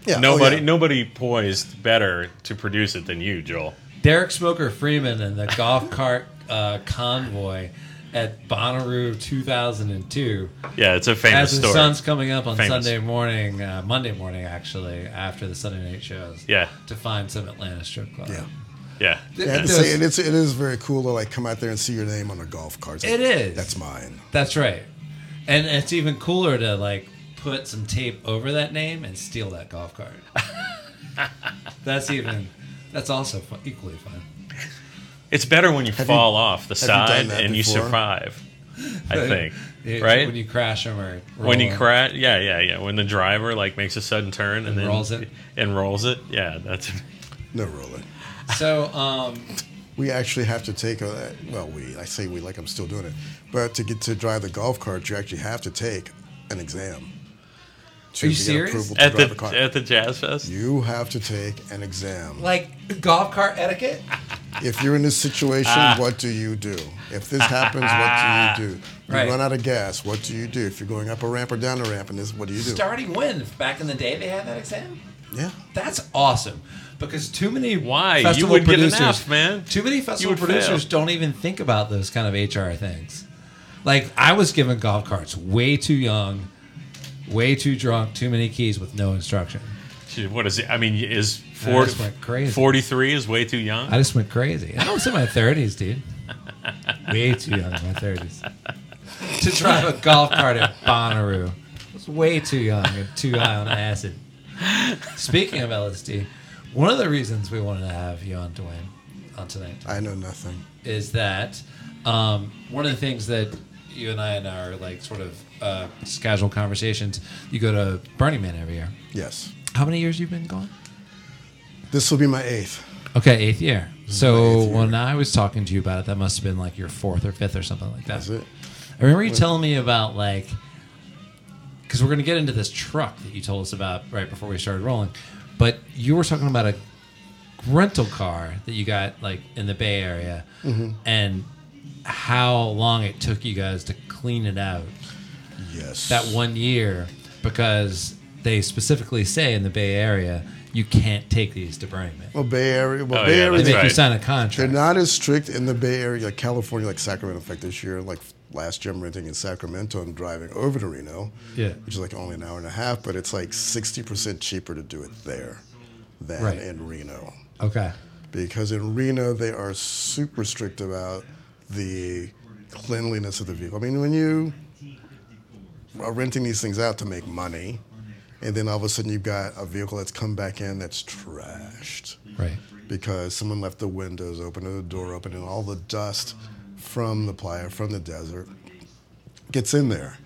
C: Yeah, oh,
B: Nobody
C: yeah.
B: nobody poised better to produce it than you, Joel.
D: Derek Smoker Freeman and the golf cart uh, convoy at Bonnaroo 2002.
B: Yeah, it's a
D: As
B: famous
D: the
B: story.
D: sun's coming up on
B: Famous.
D: Sunday morning, uh, Monday morning actually, after the Sunday night shows.
B: Yeah.
D: To find some Atlanta strip club.
C: Yeah.
B: yeah.
C: I have to
D: It
C: say,
D: does-
C: and it's it is very cool to like come out there and see your name on a golf cart. It's
D: It
C: like,
D: is.
C: That's mine.
D: That's right. And it's even cooler to like put some tape over that name and steal that golf cart. that's even. That's also fun, equally fun.
B: It's better when you
C: Have you-
B: fall off the
C: you done
B: side
C: that
B: and you
C: before?
B: survive. I think.
D: It-
B: right?
D: when you crash them or
B: when you
D: roll 'em.
B: crash, yeah, yeah, yeah. When the driver like makes a sudden turn and, then
D: rolls it.
B: and rolls it, yeah, that's
C: No rolling.
D: So um,
C: We actually have to take a well. We I say we like I'm still doing it, but to get to drive the golf cart, you actually have to take an exam. To
D: Are you
C: get
D: serious?
C: approval to
B: at
C: drive
B: the
C: a cart.
B: at the jazz fest.
C: you have to take an exam.
D: like golf cart etiquette.
C: If you're in this situation,
B: Ah.
C: what do you do? If this happens, what do you do? You
D: Right.
C: run out of gas, what do you do? If you're going up a ramp or down a ramp, and this, what do you do?
D: Starting when back in the day they had that exam.
C: Yeah.
D: That's awesome because too many
B: Why? You
D: festival
B: wouldn't get an
D: producers,
B: F, man.
D: Too many festival
B: would fail.
D: producers don't even think about those kind of HR things. Like I was given golf carts way too young, way too drunk, too many keys with no instruction.
B: Gee, What is it? I mean, is
D: I
B: four,
D: just went crazy.
B: 43 is way too young?
D: I just went crazy. And I was in my thirties, dude. Way too young in my thirties to drive a golf cart at Bonnaroo. I was way too young and too high on acid. Speaking of LSD, one of the reasons we wanted to have you on, Dwayne, on tonight
C: I know nothing.
D: is that um, one of the things that you and I in our like sort of uh, just casual conversations, you go to Burning Man every year.
C: Yes.
D: How many years you been going?
C: This will be my eighth.
D: Okay, eighth year. So
C: Mm-hmm. eighth year.
D: when I was talking to you about it, that must have been like your fourth or fifth or something like that.
C: That's it.
D: I remember you telling me about like, because we're gonna get into this truck that you told us about right before we started rolling, but you were talking about a rental car that you got like in the Bay Area,
C: Mm-hmm.
D: and how long it took you guys to clean it out
C: Yes.
D: that one year because they specifically say in the Bay Area you can't take these to Burning Man.
C: Well, Bay Area. Well,
B: Oh,
C: Bay
B: yeah,
C: Area.
D: They
B: that's
D: make you
B: right.
D: sign a
C: They're
D: contract.
C: not as strict in the Bay Area, like California, like Sacramento. In fact, this year, like last year, I'm renting in Sacramento and driving over to Reno,
D: Yeah.
C: which is like only an hour and a half, but it's like 60% cheaper to do it there than
D: Right.
C: in Reno.
D: Okay.
C: because in Reno they are super strict about the cleanliness of the vehicle. I mean, when you are renting these things out to make money, and then all of a sudden you've got a vehicle that's come back in that's trashed
D: Right.
C: because someone left the windows open or the door open, and all the dust from the playa, from the desert, gets in there.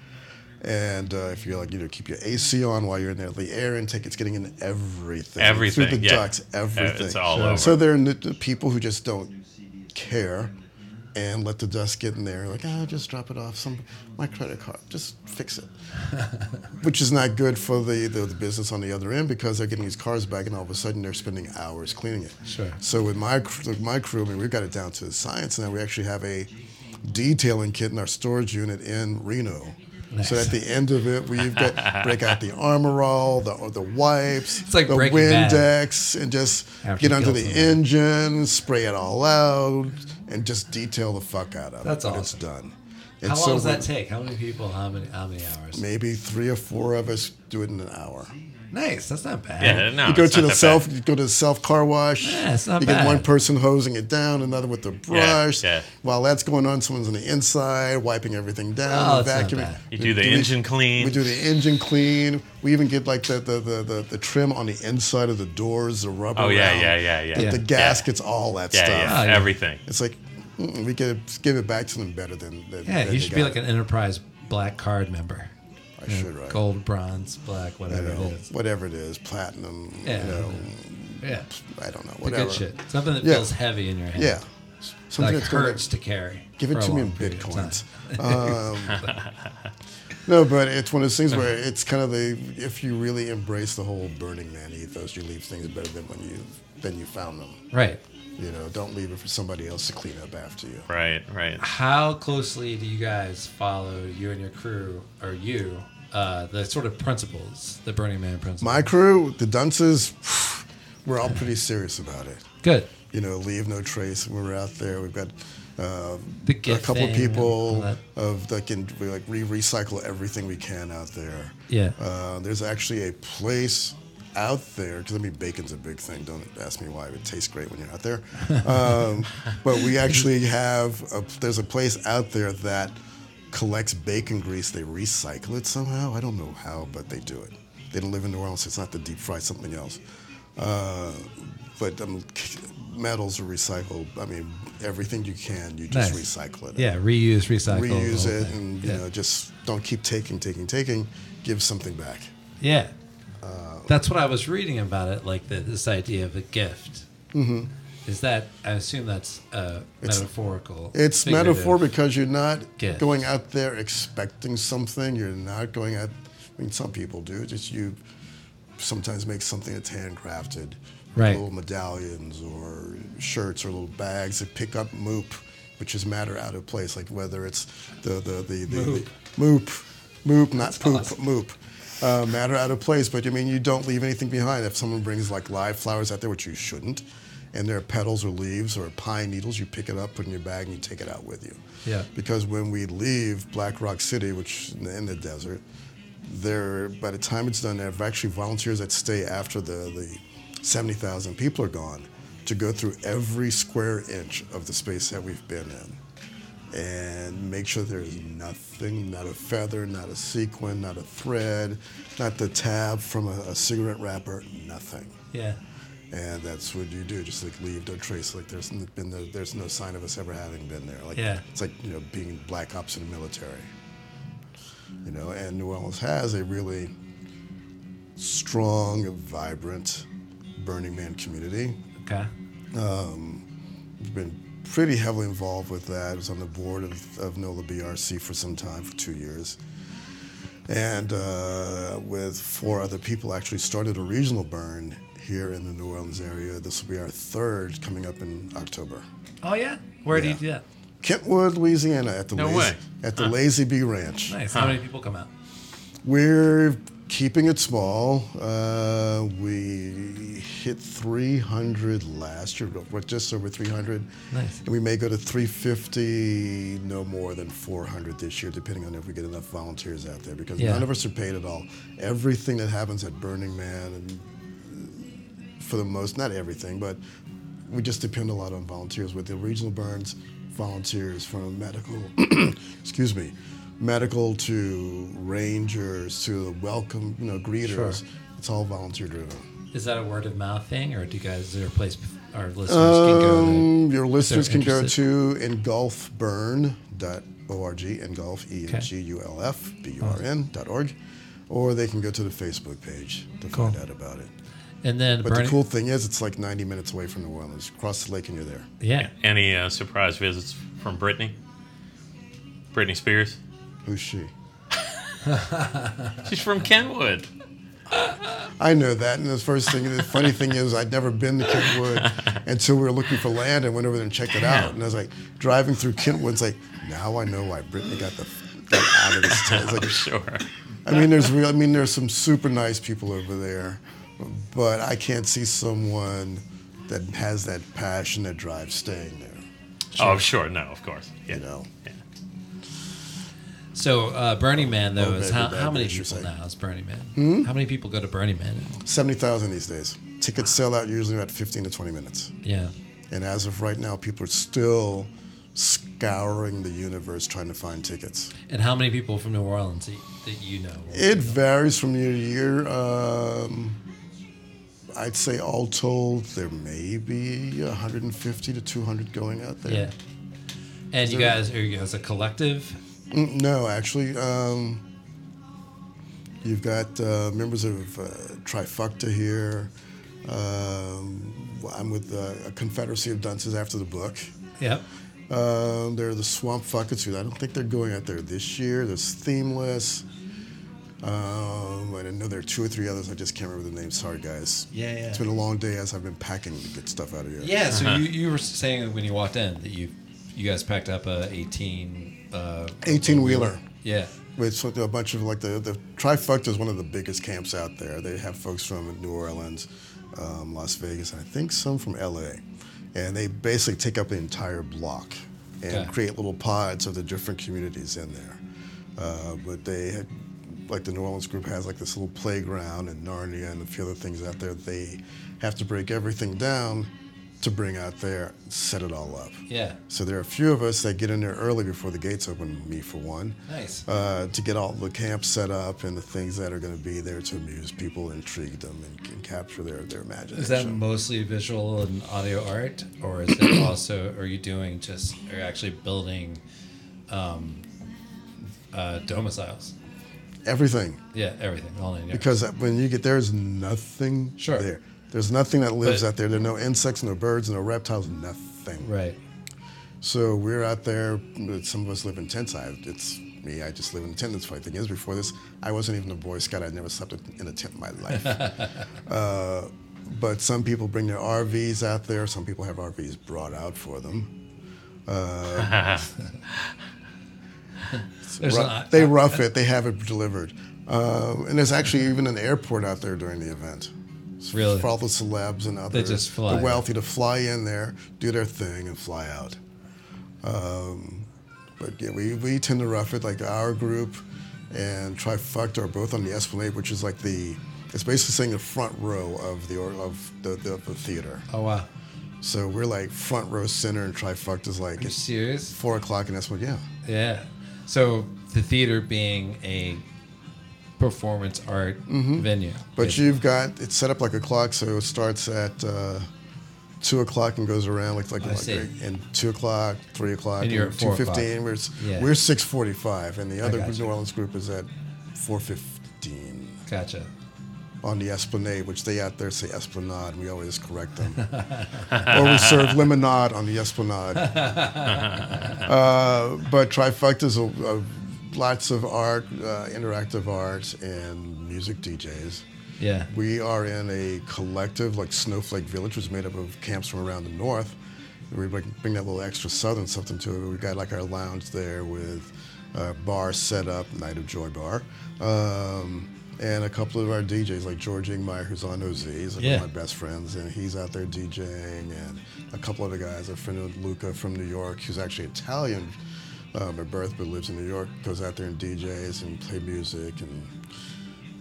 C: And uh, if you're like, you know, keep your AC on while you're in there, the air intake's getting in everything.
B: Everything,
C: Through the
B: yeah.
C: ducts,
B: Uh, it's
C: everything.
B: all Sure. over.
C: So there are n- the people who just don't care and let the dust get in there. Like, ah, just drop it off. Some My credit card, just fix it. Which is not good for the, the, the business on the other end because they're getting these cars back and all of a sudden they're spending hours cleaning it.
D: Sure.
C: So with my, cr- with my crew, I mean, we've got it down to science now. We actually have a detailing kit in our storage unit in Reno. So at the end of it, we've got break out the armorall, the the wipes,
A: It's like
C: the
A: Breaking Bad.
C: Windex, and just
A: After
C: get
A: you
C: under
A: kill
C: the
A: someone.
C: engine, spray it all out, and just detail the fuck out of
D: That's
C: it. when
D: awesome.
C: It's done. And
D: How long does
C: when-
D: that take? How many people? How many? How many hours?
C: Maybe three or four of us do it in an hour.
D: Nice. That's not bad.
B: Yeah, no,
C: you go
B: it's
C: to
B: not
C: the
B: that
C: self,
B: bad.
C: you go to the self car wash.
A: Yeah, it's not
C: you get
A: bad.
C: one person hosing it down, another with the brush.
B: yeah.
C: While that's going on, someone's on the inside wiping everything
A: Oh,
C: down,
A: it's not
C: vacuuming.
A: bad.
B: You do the
C: we-
B: engine clean.
C: We do the engine clean. We even get like the the, the, the, the trim on the inside of the doors, the rubber.
B: Oh, yeah,
C: around,
B: yeah, yeah, yeah.
C: The,
B: Yeah.
C: the gaskets, all that
B: yeah,
C: stuff.
B: yeah,
A: Oh, yeah.
B: everything.
C: It's like mm, we could give it back to them better than. than
D: Yeah,
C: than
D: you
C: they
D: should be
C: got
D: like an enterprise black card member.
C: I should right.
D: Gold, bronze, black, whatever
C: You know,
D: it is.
C: whatever it is, platinum.
D: Yeah.
C: You know,
D: Yeah.
C: I don't know.
D: The
C: Whatever.
D: good shit. Something that
C: Yeah.
D: feels heavy in your hand.
C: Yeah. Something
D: like
C: that's gonna-
D: hurts to carry.
C: Give it
D: for a
C: to me
D: long
C: in
D: period of time.
C: bitcoins. um, no, but it's one of those things where it's kind of the if you really embrace the whole Burning Man ethos, you leave things better than when you than you found them.
D: Right.
C: You know, don't leave it for somebody else to clean up after you.
B: Right, right.
D: How closely do you guys follow you and your crew or you uh, the sort of principles, the Burning Man principles?
C: My crew, the dunces, we're all pretty serious about it.
D: Good.
C: You know, leave no trace. When we're out there, we've got. Uh, a
D: The gift
C: couple
D: thing and all
C: people
D: that.
C: of that can we like we recycle everything we can out there.
D: Yeah.
C: Uh, there's actually a place out there because I mean bacon's a big thing. Don't ask me why. It tastes great when you're out there. Um, but we actually have a, there's a place out there that collects bacon grease. They recycle it somehow. I don't know how, but they do it. They don't live in New Orleans. so It's not the deep fry. Something else. Uh, but um, metals are recycled. I mean, everything you can, you just
D: Nice.
C: recycle it
D: Yeah, reuse, recycle. the
C: reuse
D: whole
C: it
D: thing.
C: and
D: yeah.
C: you know just don't keep taking taking taking give something back
D: Yeah. That's what I was reading about it, like the, this idea of a gift. Mm-hmm. Is that, I assume that's uh, metaphorical.
C: it's
D: figurative.
C: metaphor because you're not
D: Gift.
C: going out there expecting something you're not going out i mean some people do just you sometimes make something that's handcrafted
D: Right.
C: little medallions or shirts or little bags that pick up moop which is matter out of place like whether it's the the the, the moop moop, moop not poop moop uh, matter out of place but i mean you don't leave anything behind if someone brings like live flowers out there which you shouldn't and there are petals or leaves or pine needles you pick it up put it in your bag and you take it out with you
D: Yeah.
C: because when we leave black rock city which is in the, in the desert there by the time it's done, there are actually volunteers that stay after the, the 70,000 people are gone to go through every square inch of the space that we've been in and make sure there's nothing, not a feather, not a sequin, not a thread, not the tab from a, a cigarette wrapper, nothing.
D: Yeah.
C: And that's what you do, just like leave no trace. Like there's n- been no, there's no sign of us ever having been there. Like
D: Yeah.
C: it's like you know being black ops in the military. You know, and New Orleans has a really strong, vibrant Burning Man community.
D: Okay.
C: I've been pretty heavily involved with that. I was on the board of, of NOLA BRC for some time, for two years. And uh, with four other people, actually started a regional burn here in the New Orleans area. This will be our third coming up in October.
D: Oh, yeah. Where do you
C: Yeah.
D: do that?
C: Kentwood, Louisiana, at the
B: No
C: Lazy,
B: way.
C: at the Lazy Bee Ranch.
D: Nice. How many people come out?
C: We're keeping it small. Uh, we hit 300 last year, but we're just over 300.
D: Nice.
C: And we may go to 350, no more than 400 this year, depending on if we get enough volunteers out there, because
D: Yeah.
C: none of us are paid at all. Everything that happens at Burning Man, and uh, for the most, not everything, but we just depend a lot on volunteers with the regional burns, volunteers from medical, excuse me, medical to rangers to the welcome, you know, greeters. It's all volunteer driven.
D: Is that a word of mouth thing, or do you guys is there a place our listeners can go to?
C: Um, your listeners
D: they're
C: can go to engulfburn.org, engulf, E N G U L F B U R N dot org, or they can go to the Facebook page to find out about it.
D: And then
C: But
D: Bernie,
C: the cool thing is, it's like 90 minutes away from New Orleans. Cross the lake and you're there.
D: yeah,
B: Any uh, surprise visits from Britney? Britney Spears?
C: Who's she?
B: She's from Kenwood.
C: I know that. And the first thing, the funny thing is, I'd never been to Kentwood until we were looking for land and went over there and checked it out. And I was like, driving through Kentwood, it's like, now I know why Brittany got the f- got out of this town. It's like,
B: Sure.
C: I mean, there's real. I mean, there's some super nice people over there, but I can't see someone that has that passion, that drive, staying there.
B: Oh, sure. No, of course. Yeah.
C: You know,
D: So uh, Burning Man though
C: Oh,
D: is
C: baby,
D: how,
C: baby,
D: how many
C: what you
D: people
C: say.
D: now is Burning Man?
C: Hmm?
D: How many people go to Burning Man?
C: seventy thousand these days. Tickets sell out usually about fifteen to twenty minutes,
D: Yeah,
C: and as of right now, people are still scouring the universe trying to find tickets.
D: and how many people from New Orleans that, that you know?
C: It varies from year to year. Um, I'd say all told, there may be 150 to 200 going out there.
D: yeah, and you guys are you guys a collective?
C: Mm, No, actually, um, you've got uh, members of uh, Trifecta here. Um, I'm with uh, a Confederacy of Dunces after the book.
D: Yep.
C: Um, there are the Swamp Fuckets, who I don't think they're going out there this year. There's Themeless. Um, and I know there are two or three others. I just can't remember the names. Sorry, guys.
D: Yeah, yeah.
C: It's been a long day as I've been packing to get stuff out of here.
D: Yeah. So you, you were saying when you walked in that you you guys packed up a eighteen. Uh,
C: 18 wheeler.
D: yeah.
C: with sort of a bunch of like the the trifecta is one of the biggest camps out there. They have folks from New Orleans, um, Las Vegas, and I think some from L.A. And they basically take up the entire block and
D: Okay.
C: create little pods of the different communities in there. Uh, but they had, like the New Orleans group has like this little playground and Narnia and a few other things out there. They have to break everything down to bring out there, set it all up.
D: Yeah.
C: So there are a few of us that get in there early before the gates open, me for one
D: Nice.
C: uh, to get all the camps set up and the things that are going to be there to amuse people, intrigue them, and, and capture their, their imagination.
D: Is that mostly visual and audio art, or is it also? Are you doing just? Are you actually building, um, uh, domiciles?
C: Everything.
D: Yeah, everything, all in there.
C: Because when you get there, there's nothing
D: Sure.
C: there. There's nothing that lives
D: But-
C: out there. There are no insects, no birds, no reptiles, nothing.
D: Right.
C: So we're out there. Some of us live in tents. I, it's me. I just live in tents. Funny thing is, before this, I wasn't even a Boy Scout. I'd never slept in a tent in my life. uh, but some people bring their RVs out there. Some people have RVs brought out for them.
D: There's
C: Ru-
D: an,
C: they rough it. They have it delivered. Um, and there's actually even an airport out there during the event.
D: really
C: For all the celebs and others,
D: just fly.
C: the wealthy to fly in there, do their thing, and fly out. Um, but yeah, we, we tend to rough it. Like our group and Trifecta are both on the Esplanade, which is like the it's basically saying the front row of the or- of the, the, the theater.
D: Oh wow.
C: So we're like front row center, and Trifecta's like
D: Are you
C: it's
D: serious?
C: four o'clock in Esplanade. Yeah,
D: Yeah. So the theater being a performance art venue.
C: but
D: It-
C: you've got it's set up like a clock, so it starts at. Uh, Two o'clock and goes around like like,
D: I see.
C: and two o'clock, three o'clock,
D: And you're at
C: two
D: four o'clock.
C: fifteen. We're s-
D: Yeah.
C: we're six forty five, and the other
D: gotcha.
C: New Orleans group is at four fifteen
D: gotcha.
C: on the Esplanade, which they out there say Esplanade. and We always correct them, or we serve lemonade on the Esplanade. uh, but trifectas of, of lots of art, uh, interactive art, and music DJs.
D: Yeah.
C: We are in a collective, like Snowflake Village, which is made up of camps from around the north. We bring bring that little extra southern something to it. We've got like our lounge there with a bar set up, Night of Joy Bar, um, and a couple of our DJs, like George Ingmeyer, who's on OZ, he's like
D: Yeah.
C: one of my best friends, and he's out there DJing, and a couple other guys, a friend of Luca from New York, who's actually Italian uh, by birth but lives in New York, goes out there and DJs and play music and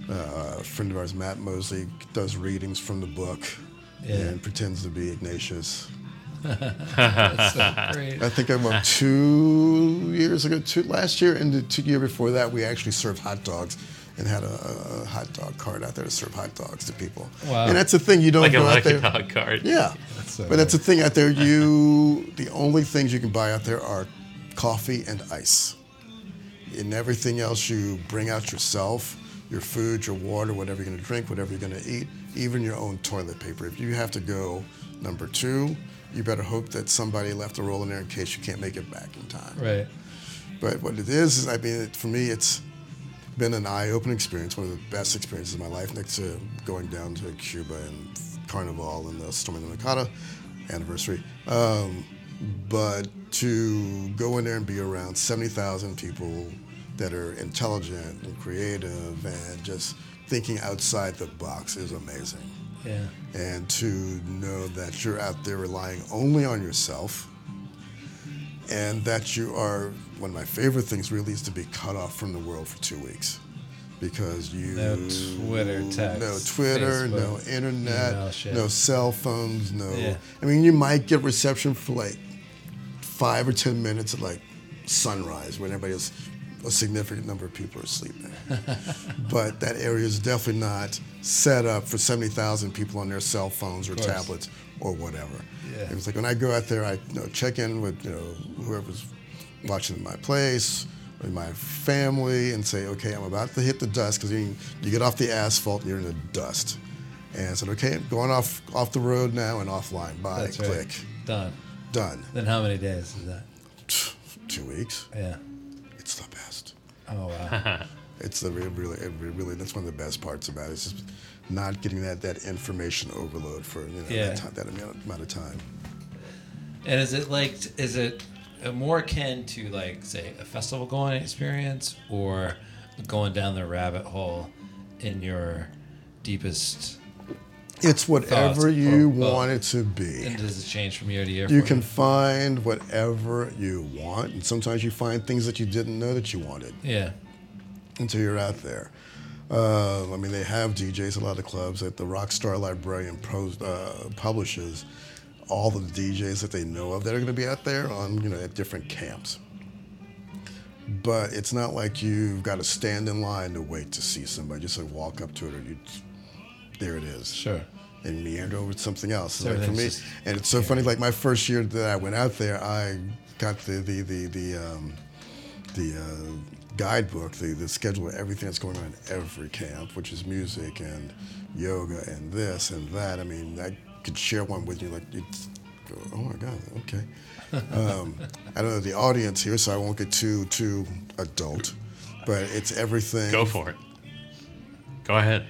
C: a Uh, friend of ours, Matt Mosley, does readings from the book
D: Yeah.
C: and pretends to be Ignatius.
D: That's so great.
C: I think I went two years ago, two last year, and the two year before that, we actually served hot dogs and had a, a hot dog cart out there to serve hot dogs to people.
A: Wow.
C: And that's the thing you don't
B: Like a
C: go out
B: lucky
C: there.
B: dog card.
C: Yeah.
A: uh,
C: but that's the thing out there. You the only things you can buy out there are coffee and ice. In everything else, you bring out yourself, your food, your water, whatever you're going to drink, whatever you're going to eat, even your own toilet paper. If you have to go number two, you better hope that somebody left a roll in there in case you can't make it back in time.
A: Right.
C: But what it is, is I mean, it, for me, it's been an eye-opening experience, one of the best experiences of my life, next to going down to Cuba and Carnival and the Storm of the Mikada anniversary. Um, but to go in there and be around 70,000 people that are intelligent and creative and just thinking outside the box is amazing
A: Yeah.
C: and to know that you're out there relying only on yourself and that you are one of my favorite things really is to be cut off from the world for two weeks because you
D: No Twitter, text,
C: no Twitter, no
D: Facebook, email,
C: internet,
D: shit.
C: no cell phones, no.
D: Yeah.
C: I mean, you might get reception for like five or ten minutes at like sunrise when everybody else, a significant number of people are sleeping. but that area is definitely not set up for 70,000 people on their cell phones or
A: course.
C: tablets or whatever.
A: Yeah.
C: It was like when I go out there, I you know, check in with you know whoever's watching my place. With my family and say, okay, I'm about to hit the dust because you, you get off the asphalt and you're in the dust. And I said, okay, I'm going off off the road now and offline. Bye,
D: That's right.
C: click,
D: Done.
C: done.
D: Then how many days is that?
C: Two weeks.
D: Yeah.
C: It's the best.
D: Oh wow.
C: It's the real, really, it re- really. That's one of the best parts about it. It's just not getting that that information overload for you know
D: Yeah.
C: that, ti- that amount, amount of time.
A: And is it like is it more akin to like say a festival going experience or going down the rabbit hole in your deepest
C: It's whatever
A: Thoughts,
C: you
A: both.
C: want it to be.
A: and does it change from year to year?
C: You
A: for
C: can find whatever you want, and sometimes you find things that you didn't know that you wanted.
A: Yeah.
C: until you're out there. Uh, I mean, they have DJs, a lot of clubs that the Rockstar Librarian pros, uh, publishes all the DJs that they know of that are going to be out there on, you know, at different camps. But it's not like you've got to stand in line to wait to see somebody. Just like walk up to it, or you, there it is
A: Sure.
C: and meander over to something else. Like, for
A: everything's
C: me,
A: just-
C: and it's so funny. Like my first year that I went out there, I got the the the the um, the uh, guidebook, the the schedule of everything that's going on in every camp, which is music and yoga and this and that. I mean, I could share one with you. Like, it's, oh my god, okay. Um, I don't know the audience here, so I won't get too too adult. But it's everything.
B: Go for it. Go ahead.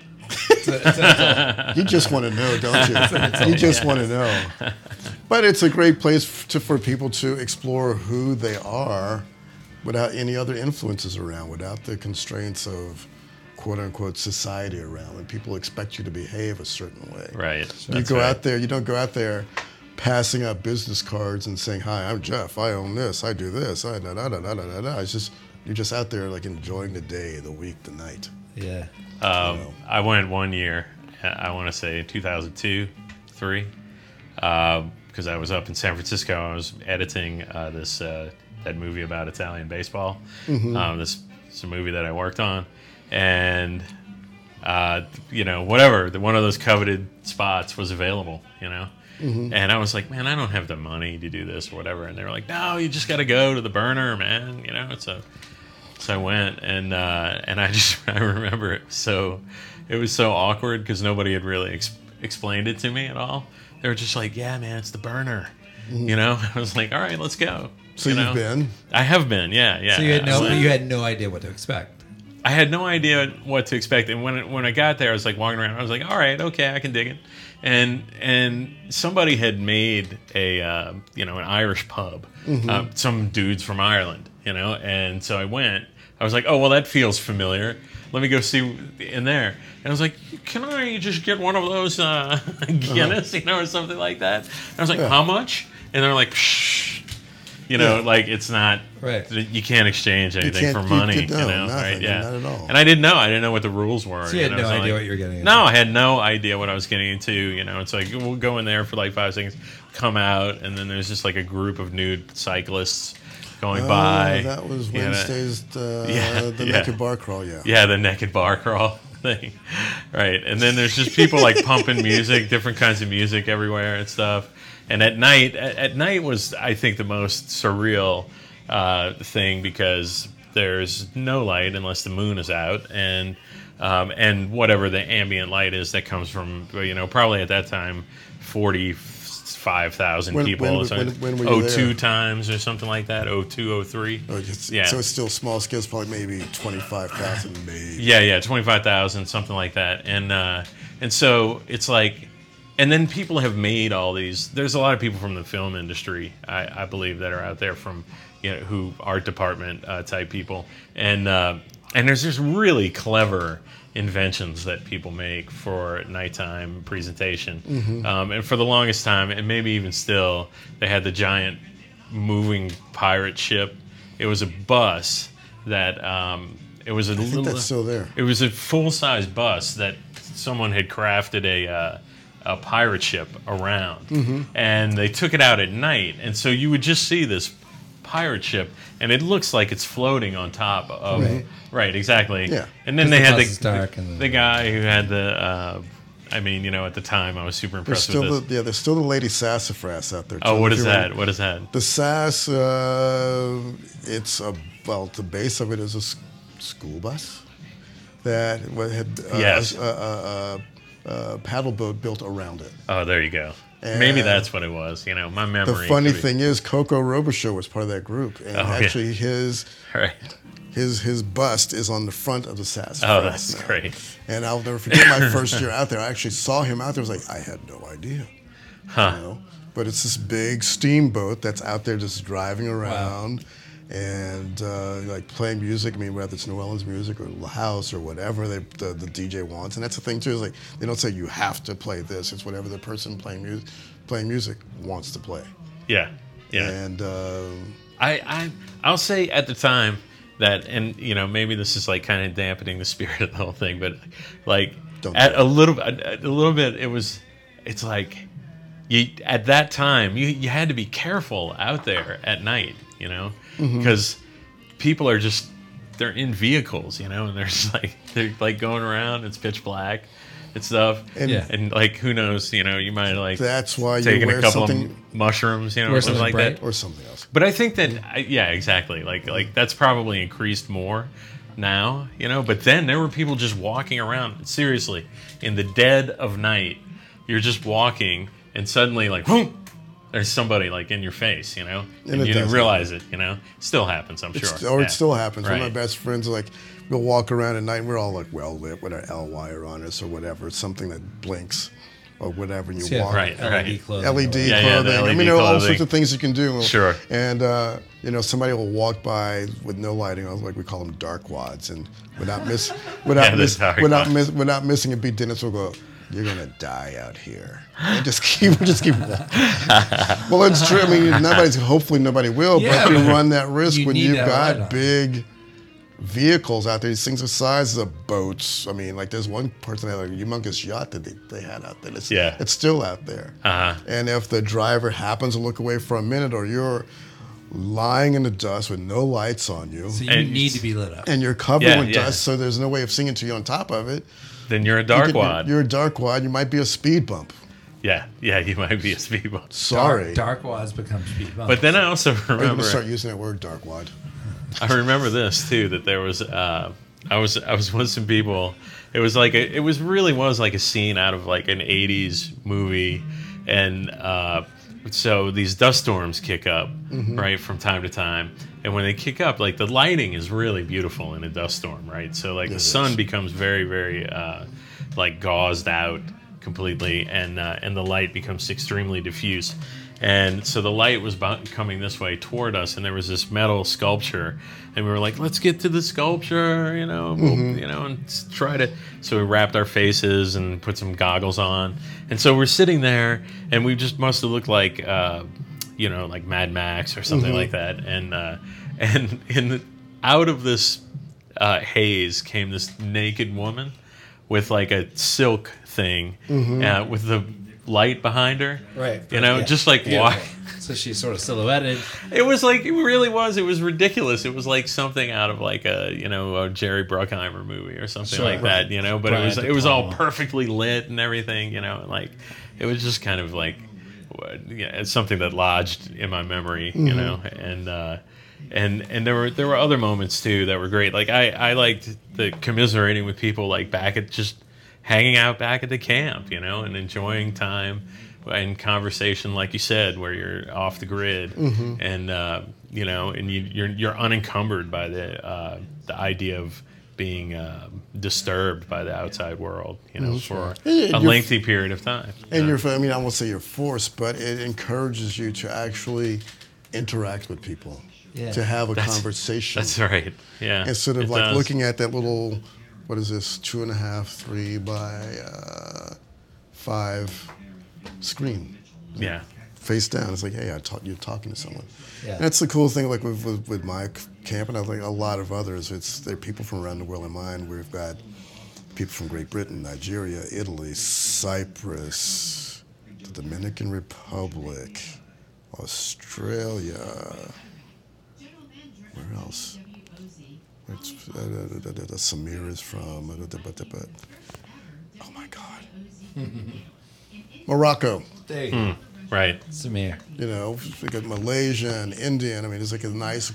C: You just want to know, don't you? You just want to know. But it's a great place f- to, for people to explore who they are without any other influences around, without the constraints of quote unquote society around. When people expect you to behave a certain way.
B: Right.
C: You
B: That's
C: go
B: right.
C: out there, you don't go out there passing out business cards and saying, Hi, I'm Jeff. I own this. I do this. I da da da da da da. da." It's just, you're just out there like enjoying the day, the week, the night.
A: Yeah.
B: Um, I went one year. I want to say 2002, three, because I was up in San Francisco. I was editing uh, this uh, that movie about Italian baseball. Um, this it's a movie that I worked on, and uh, you know whatever the, one of those coveted spots was available. You know.
C: Mm-hmm.
B: And I was like, man, I don't have the money to do this or whatever. And they were like, no, you just got to go to the burner, man. You know, it's a so I went and uh, and I just I remember it was so it was so awkward because nobody had really ex- explained it to me at all. They were just like, "Yeah, man, it's the burner," you know. I was like, "All right, let's go."
C: Mm-hmm. So
B: you
C: you've
B: know?
C: been?
B: I have been, yeah, yeah.
A: So you had
B: I was
A: no
B: like-
A: you had no idea what to expect.
B: I had no idea what to expect, and when it, when I got there, I was like walking around. I was like, "All right, okay, I can dig it." And and somebody had made a uh, you know an Irish pub, uh, some dudes from Ireland, you know, and so I went. I was like, "Oh well, that feels familiar. Let me go see in there." And I was like, "Can I just get one of those uh, Guinness, you know, or something like that?" And I was like, "How much?" And they're like, "Shh." You know, like it's not
A: Right.
B: You can't exchange anything
C: can't-
B: for
C: you
B: money. You,
C: could- no,
B: know,
C: nothing,
B: right? Yeah,
C: not at all.
B: And I didn't know. I didn't know what the rules were.
A: So you had
B: know,
A: no
B: so,
A: idea
B: like-
A: what you were getting into.
B: No, I had no idea what I was getting into. You know, it's like we'll go in there for like five seconds, come out, and then there's just like a group of nude cyclists going
C: Oh,
B: by.
C: That was
B: He had a-
C: Wednesday's uh,
B: Yeah,
C: the
B: yeah.
C: naked bar crawl. Yeah.
B: yeah, the naked bar crawl thing. Right. And then there's just people like pumping music, different kinds of music everywhere and stuff. And at night, at, at night was, I think, the most surreal uh, thing because there's no light unless the moon is out. And um, and whatever the ambient light is that comes from, you know, probably at that time, 45,000
C: When-
B: people.
C: when-
B: or something.
C: when- when were you
B: 02
C: there?
B: times or something like that, 02, 03.
C: Oh, it's-
B: Yeah.
C: So it's still small scale. It's probably maybe twenty five thousand, maybe.
B: Yeah, yeah, twenty five thousand, something like that. And uh, and so it's like, and then people have made all these. There's a lot of people from the film industry, I, I believe, that are out there from, you know, who art department uh, type people, and uh, and there's just really clever inventions that people make for nighttime presentation.
C: Mm-hmm.
B: Um, and for the longest time, and maybe even still, they had the giant moving pirate ship. It was a bus that um, it was a
C: I
B: little.
C: think that's still there.
B: It was a full size bus that someone had crafted a uh, a pirate ship around,
C: Mm-hmm.
B: and they took it out at night, and so you would just see this pirate ship, and it looks like it's floating on top of right,
C: Right.
B: exactly,
C: Yeah.
B: And then
D: 'Cause
B: they
D: the
B: had
D: bus
B: the
D: is dark and
B: the,
D: the-
B: guy who had the. Uh, I mean, you know, at the time, I was super impressed
C: There's still
B: with this.
C: the yeah. There's still the lady sassafras out there.
B: oh,
C: too,
B: what
C: if
B: is
C: you remember.
B: that? What is that?
C: The sass. Uh, it's a well. The base of it is a s- school bus that wa- had uh,
B: Yes.
C: a, a, a, a, a paddle boat built around it.
B: Oh, there you go. Maybe
C: And
B: that's what it was. You know, my
C: The
B: memory.
C: funny
B: could be-
C: thing is, Coco Robichaux was part of that group, and
B: Oh, yeah.
C: actually his
B: All right.
C: his his bust is on the front of the sass.
B: Oh, that's great.
C: And I'll never forget my first year out there. I actually saw him out there. I was like, I had no idea. You know? But it's this big steamboat that's out there just driving around and uh, like playing music. I mean, whether it's New Orleans music or house or whatever they, the, the DJ wants. And that's the thing too is like they don't say you have to play this. It's whatever the person playing music playing music wants to play.
B: Yeah. Yeah.
C: And uh,
B: I, I I'll say at the time that, and you know, maybe this is like kind of dampening the spirit of the whole thing, but like
C: Don't
B: at
C: do
B: a little a, a little bit, it was, it's like you at that time you you had to be careful out there at night, you know,
C: Mm-hmm.
B: because people are just they're in vehicles, you know, and they're just like they're like going around. It's pitch black. And stuff, and,
C: And- Yeah.
B: like who knows? You know, you might like
C: that's why you
B: taking
C: wear
B: a couple
C: something
B: of mushrooms, you know, or
D: Wear
B: something like
D: something
B: that.
D: bright.
C: or something else.
B: But I think that I- yeah, exactly. Like like that's probably increased more now, you know. But then there were people just walking around seriously in the dead of night. You're just walking, and suddenly like, whoom, there's somebody like in your face, you know, and,
C: it
B: you didn't
C: does
B: realize it. You know, still happens, I'm
C: It's-
B: sure.
C: Or
B: Yeah.
C: it still happens. One
B: Right.
C: of my best friends, like, we'll walk around at night and we're all like well lit with our L wire on us or whatever, something that blinks or whatever. And you
D: Yeah,
C: walk.
B: Right,
A: E
D: LED
B: right.
D: clothing.
C: LED
B: Yeah, yeah, the
C: E clothing. I
B: LED
C: mean, there are all
B: clothing.
C: sorts of things you can do.
B: Sure.
C: And, uh, you know, somebody will walk by with no lighting. I was like, we call them dark wads. And without, miss, without,
B: the
C: miss,
B: dark
C: without,
B: wad.
C: miss, without missing a beat, Dennis will go, you're going to die out here. And just keep, just keep walking. Well, it's true. I mean, nobody's. Hopefully, nobody will.
D: Yeah,
C: but you
D: but
C: run that risk
D: you
C: when
D: need
C: you've
D: that
C: got
D: light on.
C: big vehicles out there. These things the size of boats. I mean, like there's one person that had a humongous yacht that they, they had out there. It's,
B: Yeah.
C: it's still out there.
B: Uh-huh.
C: And if the driver happens to look away for a minute, or you're lying in the dust with no lights on you,
D: So you
B: And-
D: need to be lit up.
C: and you're covered
B: Yeah,
C: with
B: yeah.
C: dust, so there's no way of seeing it to you on top of it.
B: Then you're a
C: you
B: dark
C: could-
B: wad.
C: You're a dark wad. You might be a speed bump.
B: yeah, yeah, you might be a speed bump.
C: Sorry.
D: Dark, dark wads become speed bumps.
B: But then I also
C: I'm going to
B: remember
C: start using that word, dark wad.
B: I remember this too that there was uh, I was I was with some people. It was like a, it was really was like a scene out of like an '80s movie, and uh, so these dust storms kick up right from time to time, and when they kick up, like the lighting is really beautiful in a dust storm, right? So like the sun becomes very very uh, like gauzed out completely, and uh, and the light becomes extremely diffuse. And so the light was bo- coming this way toward us, and there was this metal sculpture, and we were like, "Let's get to the sculpture," you know, we'll- you know, and s- try to. So we wrapped our faces and put some goggles on, and so we're sitting there, and we just must have looked like, uh, you know, like Mad Max or something like that, and uh, and in the, out of this uh, haze came this naked woman with like a silk thing uh, with the light behind her.
D: Mm-hmm. Right.
B: You know,
D: Yeah.
B: just like why?
D: So she's sort of silhouetted.
B: It was like it really was. It was ridiculous. It was like something out of like a you know a Jerry Bruckheimer movie or something
D: Sure.
B: like that. You know, but
D: Brian
B: it was
D: De
B: it was all
D: Palma.
B: perfectly lit and everything. You know, and like it was just kind of like what- yeah, it's something that lodged in my memory. You know, and uh, and and there were there were other moments too that were great. Like I I liked the commiserating with people like back at just hanging out back at the camp. You know, and enjoying time and conversation, like you said, where you're off the grid and uh, you know, and you, you're you're unencumbered by the uh, the idea of being um disturbed by the outside world, you know, for
C: Yeah,
B: a
C: Mm-hmm. you're-
B: lengthy period of time.
C: And you're, I mean, I won't say you're forced, but it encourages you to actually interact with people,
A: Yeah.
C: to have a
B: That's-
C: conversation
B: That's right. Yeah.
C: instead of
B: It
C: like
B: does.
C: looking at that little, what is this, two and a half, three by uh, five screen.
B: Yeah.
C: face down. It's like, hey, I talk, you're talking to someone.
D: Yeah.
C: And that's the cool thing, like with, with, with my c- camp and I think a lot of others. It's they're people from around the world. In mine, we've got people from Great Britain, Nigeria, Italy, Cyprus, the Dominican Republic, Australia. Where else? It's, uh, da- da- da- da- da- Samir is from. uh, da- da- da- da- da- Oh my God. Morocco.
A: There you go.
B: Right.
A: Samir.
C: you know, we got Malaysia and Indian. I mean, it's like a nice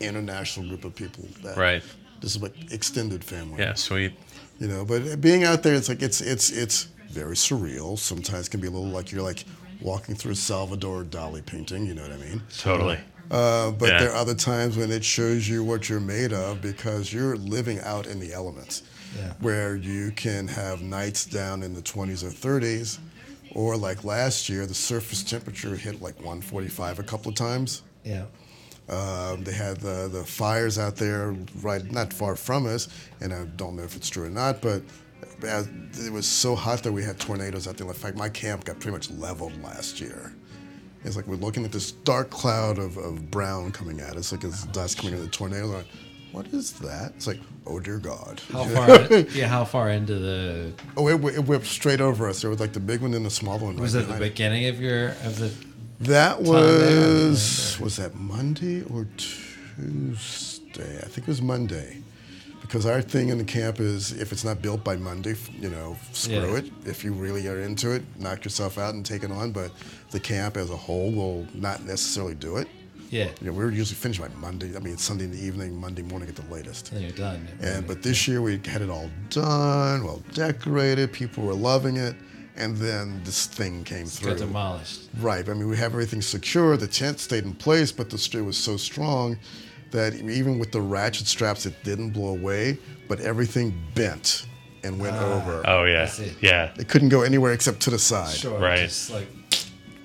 C: international group of people. That
B: Right.
C: This is like extended family.
B: Yeah. Sweet.
C: You know, but being out there, it's like it's it's it's very surreal. Sometimes can be a little like you're like walking through a Salvador Dali painting. You know what I mean?
B: Totally.
C: Uh, but
B: Yeah.
C: there are other times when it shows you what you're made of because you're living out in the elements
A: Yeah.
C: where you can have nights down in the 20s or 30s or like last year the surface temperature hit like 145 a couple of times
A: Yeah.
C: um, they had the, the fires out there right not far from us and i don't know if it's true or not but as, it was so hot that we had tornadoes out there in fact my camp got pretty much leveled last year it's like we're looking at this dark cloud of, of brown coming at us like it's dust coming out of the tornado like, what is that it's like oh dear god
A: How far? yeah. How far into the
C: Oh, it, wh- it whipped straight over us. There was like the big one and the small one.
A: was that
C: right
A: the
C: behind it.
A: beginning of your of the?
C: That
A: there,
C: was was that Monday or Tuesday? I think it was Monday, because our thing in the camp is if it's not built by Monday, f- you know, screw
A: Yeah.
C: it. If you really are into it, knock yourself out and take it on. But the camp as a whole will not necessarily do it.
A: Yeah.
C: You know, we're usually finished by Monday. I mean, Sunday in the evening, Monday morning at the latest.
A: Then you're done.
C: And but this year we had it all done, well decorated. People were loving it, and then this thing came
A: got
C: through.
A: demolished.
C: Right. I mean, we have everything secure. The tent stayed in place, but the steel was so strong that even with the ratchet straps, it didn't blow away. But everything bent and went over.
B: Oh yeah.
A: it.
B: Yeah.
C: It couldn't go anywhere except to the side.
A: Sure.
B: Right.
A: Just like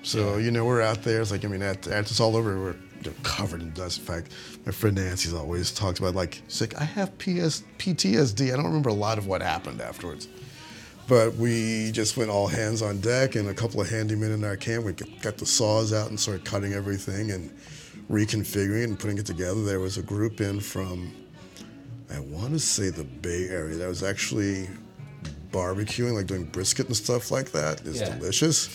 C: So you know, we're out there. It's like I mean, after, after it's all over, we're you know, covered in dust. In fact, my friend Nancy's always talks about like she's like I have PS, PTSD. I don't remember a lot of what happened afterwards, but we just went all hands on deck, and a couple of handymen in our camp. We got got the saws out and started cutting everything and reconfiguring it and putting it together. There was a group in from I want to say the Bay Area that was actually barbecuing, like doing brisket and stuff like that. It's
A: Yeah.
C: delicious.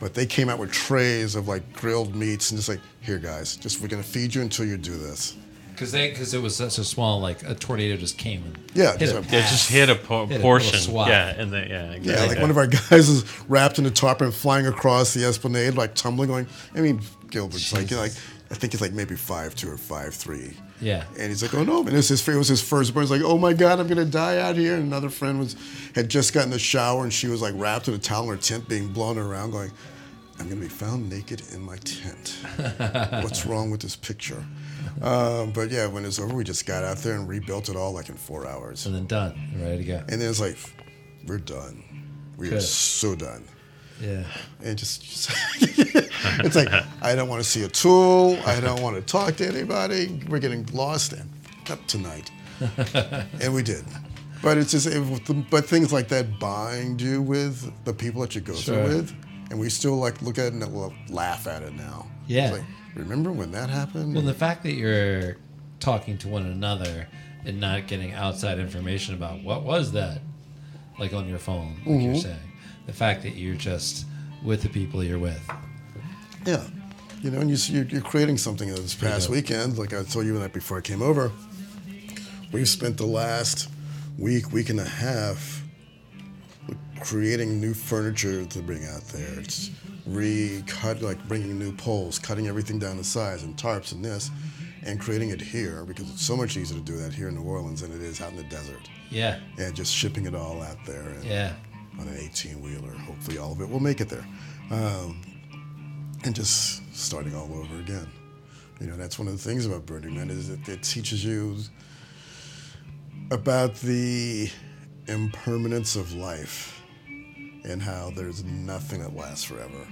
C: But they came out with trays of like grilled meats and just like, here guys, just we're gonna feed you until you do this.
A: because they because it was such a small like a tornado just came and
C: Yeah,
A: hit
C: so-
A: a
B: It just hit a po-
A: Hit a
B: portion.
A: little swath.
B: yeah. And the, yeah. Exactly.
C: Yeah, like one of our guys is wrapped in a tarp and flying across the esplanade, like tumbling, going. I mean, Gilbert's like, you know, like I think he's like maybe five two or five three.
A: Yeah.
C: And he's like, oh no, and it's his it was his firstborn. He's like, oh my god, I'm gonna die out here. And another friend was had just gotten in the shower and she was like wrapped in a towel in her tent, being blown around, going, I'm gonna be found naked in my tent. What's wrong with this picture? Um, but yeah, when it's over, we just got out there and rebuilt it all like in four hours.
A: and then done. Ready to go.
C: And then it's like, we're done. We are
A: Good.
C: so done.
A: Yeah.
C: And just, just- it's like, I don't want to see a tool. I don't want to talk to anybody. We're getting lost and f- up tonight. and we did. But it's just, it, but things like that bind you with the people that you go
A: Sure.
C: through with. And we still like look at it and la- laugh at it now.
A: Yeah.
C: It's like, remember when that happened?
A: Well, the fact that you're talking to one another and not getting outside information about what was that, like on your phone, like you're saying, the fact that you're just with the people you're with.
C: Yeah. You know, and you, see- you're, you're creating something this past weekend. Like I told you that before I came over, we've spent the last week, week and a half creating new furniture to bring out there. It's recut, like bringing new poles, cutting everything down to size and tarps and this, and creating it here because it's so much easier to do that here in New Orleans than it is out in the desert.
A: Yeah,
C: And just shipping it all out there. And,
A: yeah,
C: on an 18 wheeler. Hopefully, all of it will make it there. Um, and just starting all over again. You know, that's one of the things about Burning Man is that it teaches you about the impermanence of life and how there's nothing that lasts forever.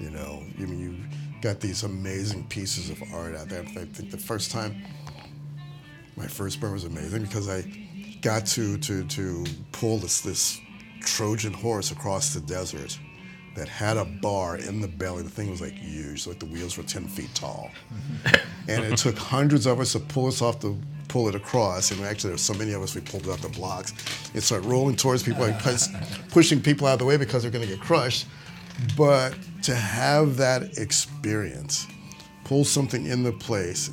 C: You know, I mean, you got these amazing pieces of art out there. I think the first time my first burn was amazing because I got to to to pull this this Trojan horse across the desert that had a bar in the belly. The thing was like huge, like the wheels were ten feet tall, and it took hundreds of us to pull us off the pull it across. And actually, there were so many of us we pulled it off the blocks. It started rolling towards people, like pus- pushing people out of the way because they're going to get crushed. But to have that experience, pull something into place,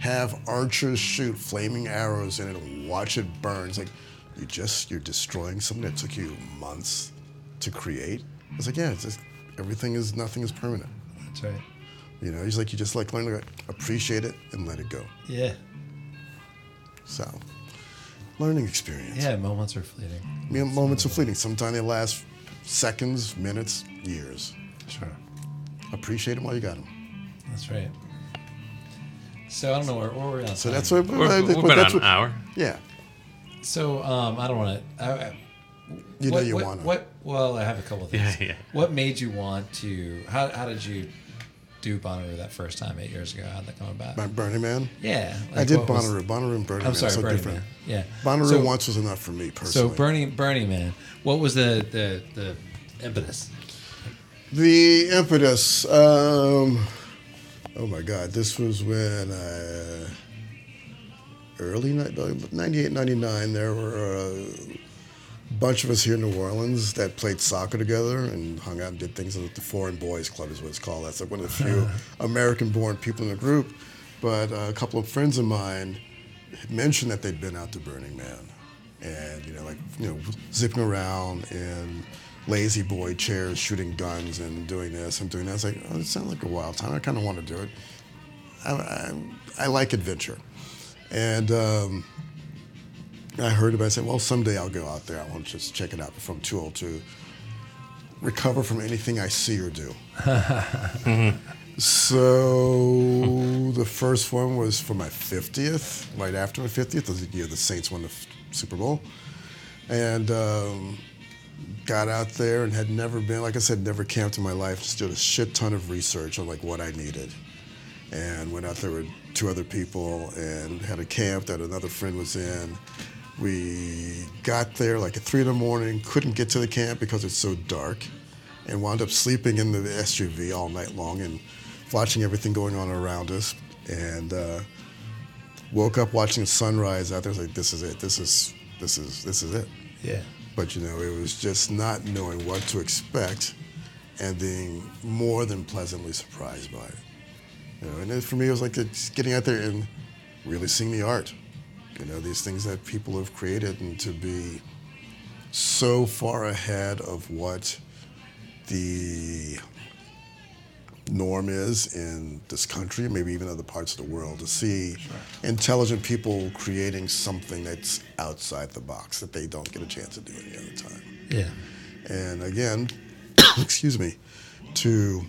C: have archers shoot flaming arrows in it, and watch it burn. It's like you just you're destroying something that took you months to create. It's like yeah, it's just everything is nothing is permanent.
A: that's right.
C: You know, it's like you just like learn to appreciate it and let it go.
A: Yeah,
C: So, learning experience.
A: yeah. Moments are fleeting.
C: I mean, moments are fleeting. Sometimes they last seconds, minutes, years.
A: Sure.
C: Appreciate them while you got them.
A: That's right. So I don't know where, where we're at.
C: So that's what.
B: We're,
C: I
B: we've
C: think
B: been
C: what-
B: on
C: that's
B: an
C: what-
B: hour.
C: Yeah,
A: So um, I don't want to. what,
C: you know you
A: what,
C: want to.
A: What? Well, I have a couple of things.
B: Yeah, yeah.
A: What made you want to? How, how did you do Bonnaroo that first time eight years ago? How'd that come about?
C: My Burning Man.
A: yeah,
C: I
A: like,
C: did
A: what was-
C: Bonnaroo. Bonnaroo and Burning
A: I'm
C: Man.
A: sorry,
C: so
A: Burning
C: different.
A: Man. Yeah,
C: Bonnaroo
A: So-
C: once was enough for me
A: So
C: personally.
A: Bernie, Bernie Man, what was the the the impetus?
C: the impetus. Um, oh my God, this was when uh, early ni- 98, 99, There were uh, a bunch of us here in New Orleans that played soccer together and hung out and did things at the Foreign Boys Club is what it's called. That's like one of the few American-born people in the group. But uh, a couple of friends of mine had mentioned that they'd been out to Burning Man and you know, like you know, zipping around in lazy boy chairs, shooting guns, and doing this and doing that. It's like, oh, it sounds like a wild time. I kind of want to do it. I, I, I like adventure, and um, I heard about. it. I said, well, someday I'll go out there. I want to just check it out. But from too old to recover from anything I see or do. So the first one was for my 50th, right after my 50th, the year the Saints won the f- Super Bowl. And um, got out there and had never been, like I said, never camped in my life. Just did a shit ton of research on like what I needed. And went out there with two other people and had a camp that another friend was in. We got there like at three in the morning, couldn't get to the camp because it's so dark, and wound up sleeping in the SUV all night long and watching everything going on around us. And uh, woke up watching the sunrise out there. It's like this is it. This is this is this is it
A: Yeah,
C: but you know it was just not knowing what to expect and being more than pleasantly surprised by it you know and then for me it was like it's getting out there and really seeing the art you know these things that people have created and to be so far ahead of what the norm is in this country, maybe even other parts of the world, to see intelligent people creating something that's outside the box that they don't get a chance to do any other time.
A: yeah,
C: And again, excuse me, to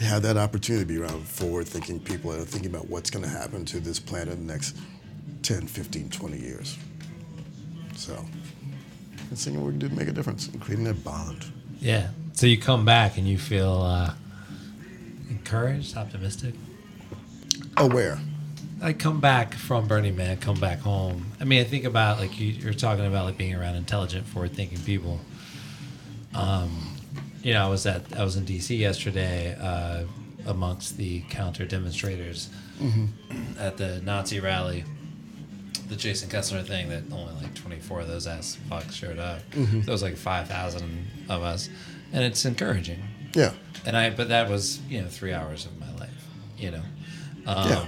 C: have that opportunity to be around forward thinking people that are thinking about what's going to happen to this planet in the next 10, 15, 20 years. So, and seeing what we can do to make a difference and creating that bond.
D: Yeah. So you come back and you feel uh, encouraged, optimistic.
C: Aware.
D: I come back from Burning Man, come back home. I mean, I think about like you, you're talking about like being around intelligent, forward-thinking people. Um, you know, I was at I was in D.C. yesterday uh, amongst the counter demonstrators at the Nazi rally, the Jason Kessler thing. That only like 24 of those ass fucks showed up. There was like 5,000 of us, and it's encouraging.
C: Yeah.
D: And I, but that was you know three hours of my life. You know, um,
C: Yeah.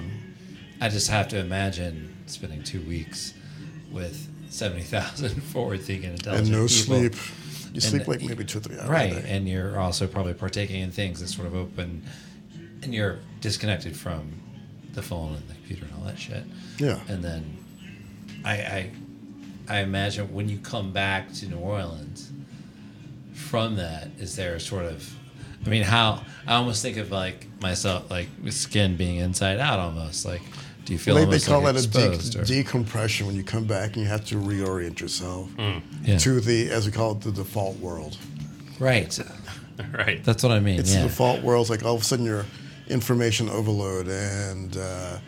D: I just have to imagine spending two weeks with seventy thousand forward-thinking, intelligent
C: And no
D: people.
C: sleep. You sleep
D: And-
C: like maybe two or three hours. a
D: right
C: day.
D: and you're also probably partaking in things that sort of open and you're disconnected from the phone and the computer and all that shit
C: Yeah.
D: and then i i i imagine when you come back to new orleans from that is there a sort of i mean how i almost think of like myself like with skin being inside out almost like do you feel
C: They, they
D: almost
C: call
D: like
C: that a
D: exposed
C: de-
D: or-
C: decompression when you come back and you have to reorient yourself
D: Mm. Yeah.
C: to the, as we call it, the default world.
D: right
B: right.
D: that's what i mean
C: It's
D: yeah.
C: the default world. It's like all of a sudden you're information overload and uh,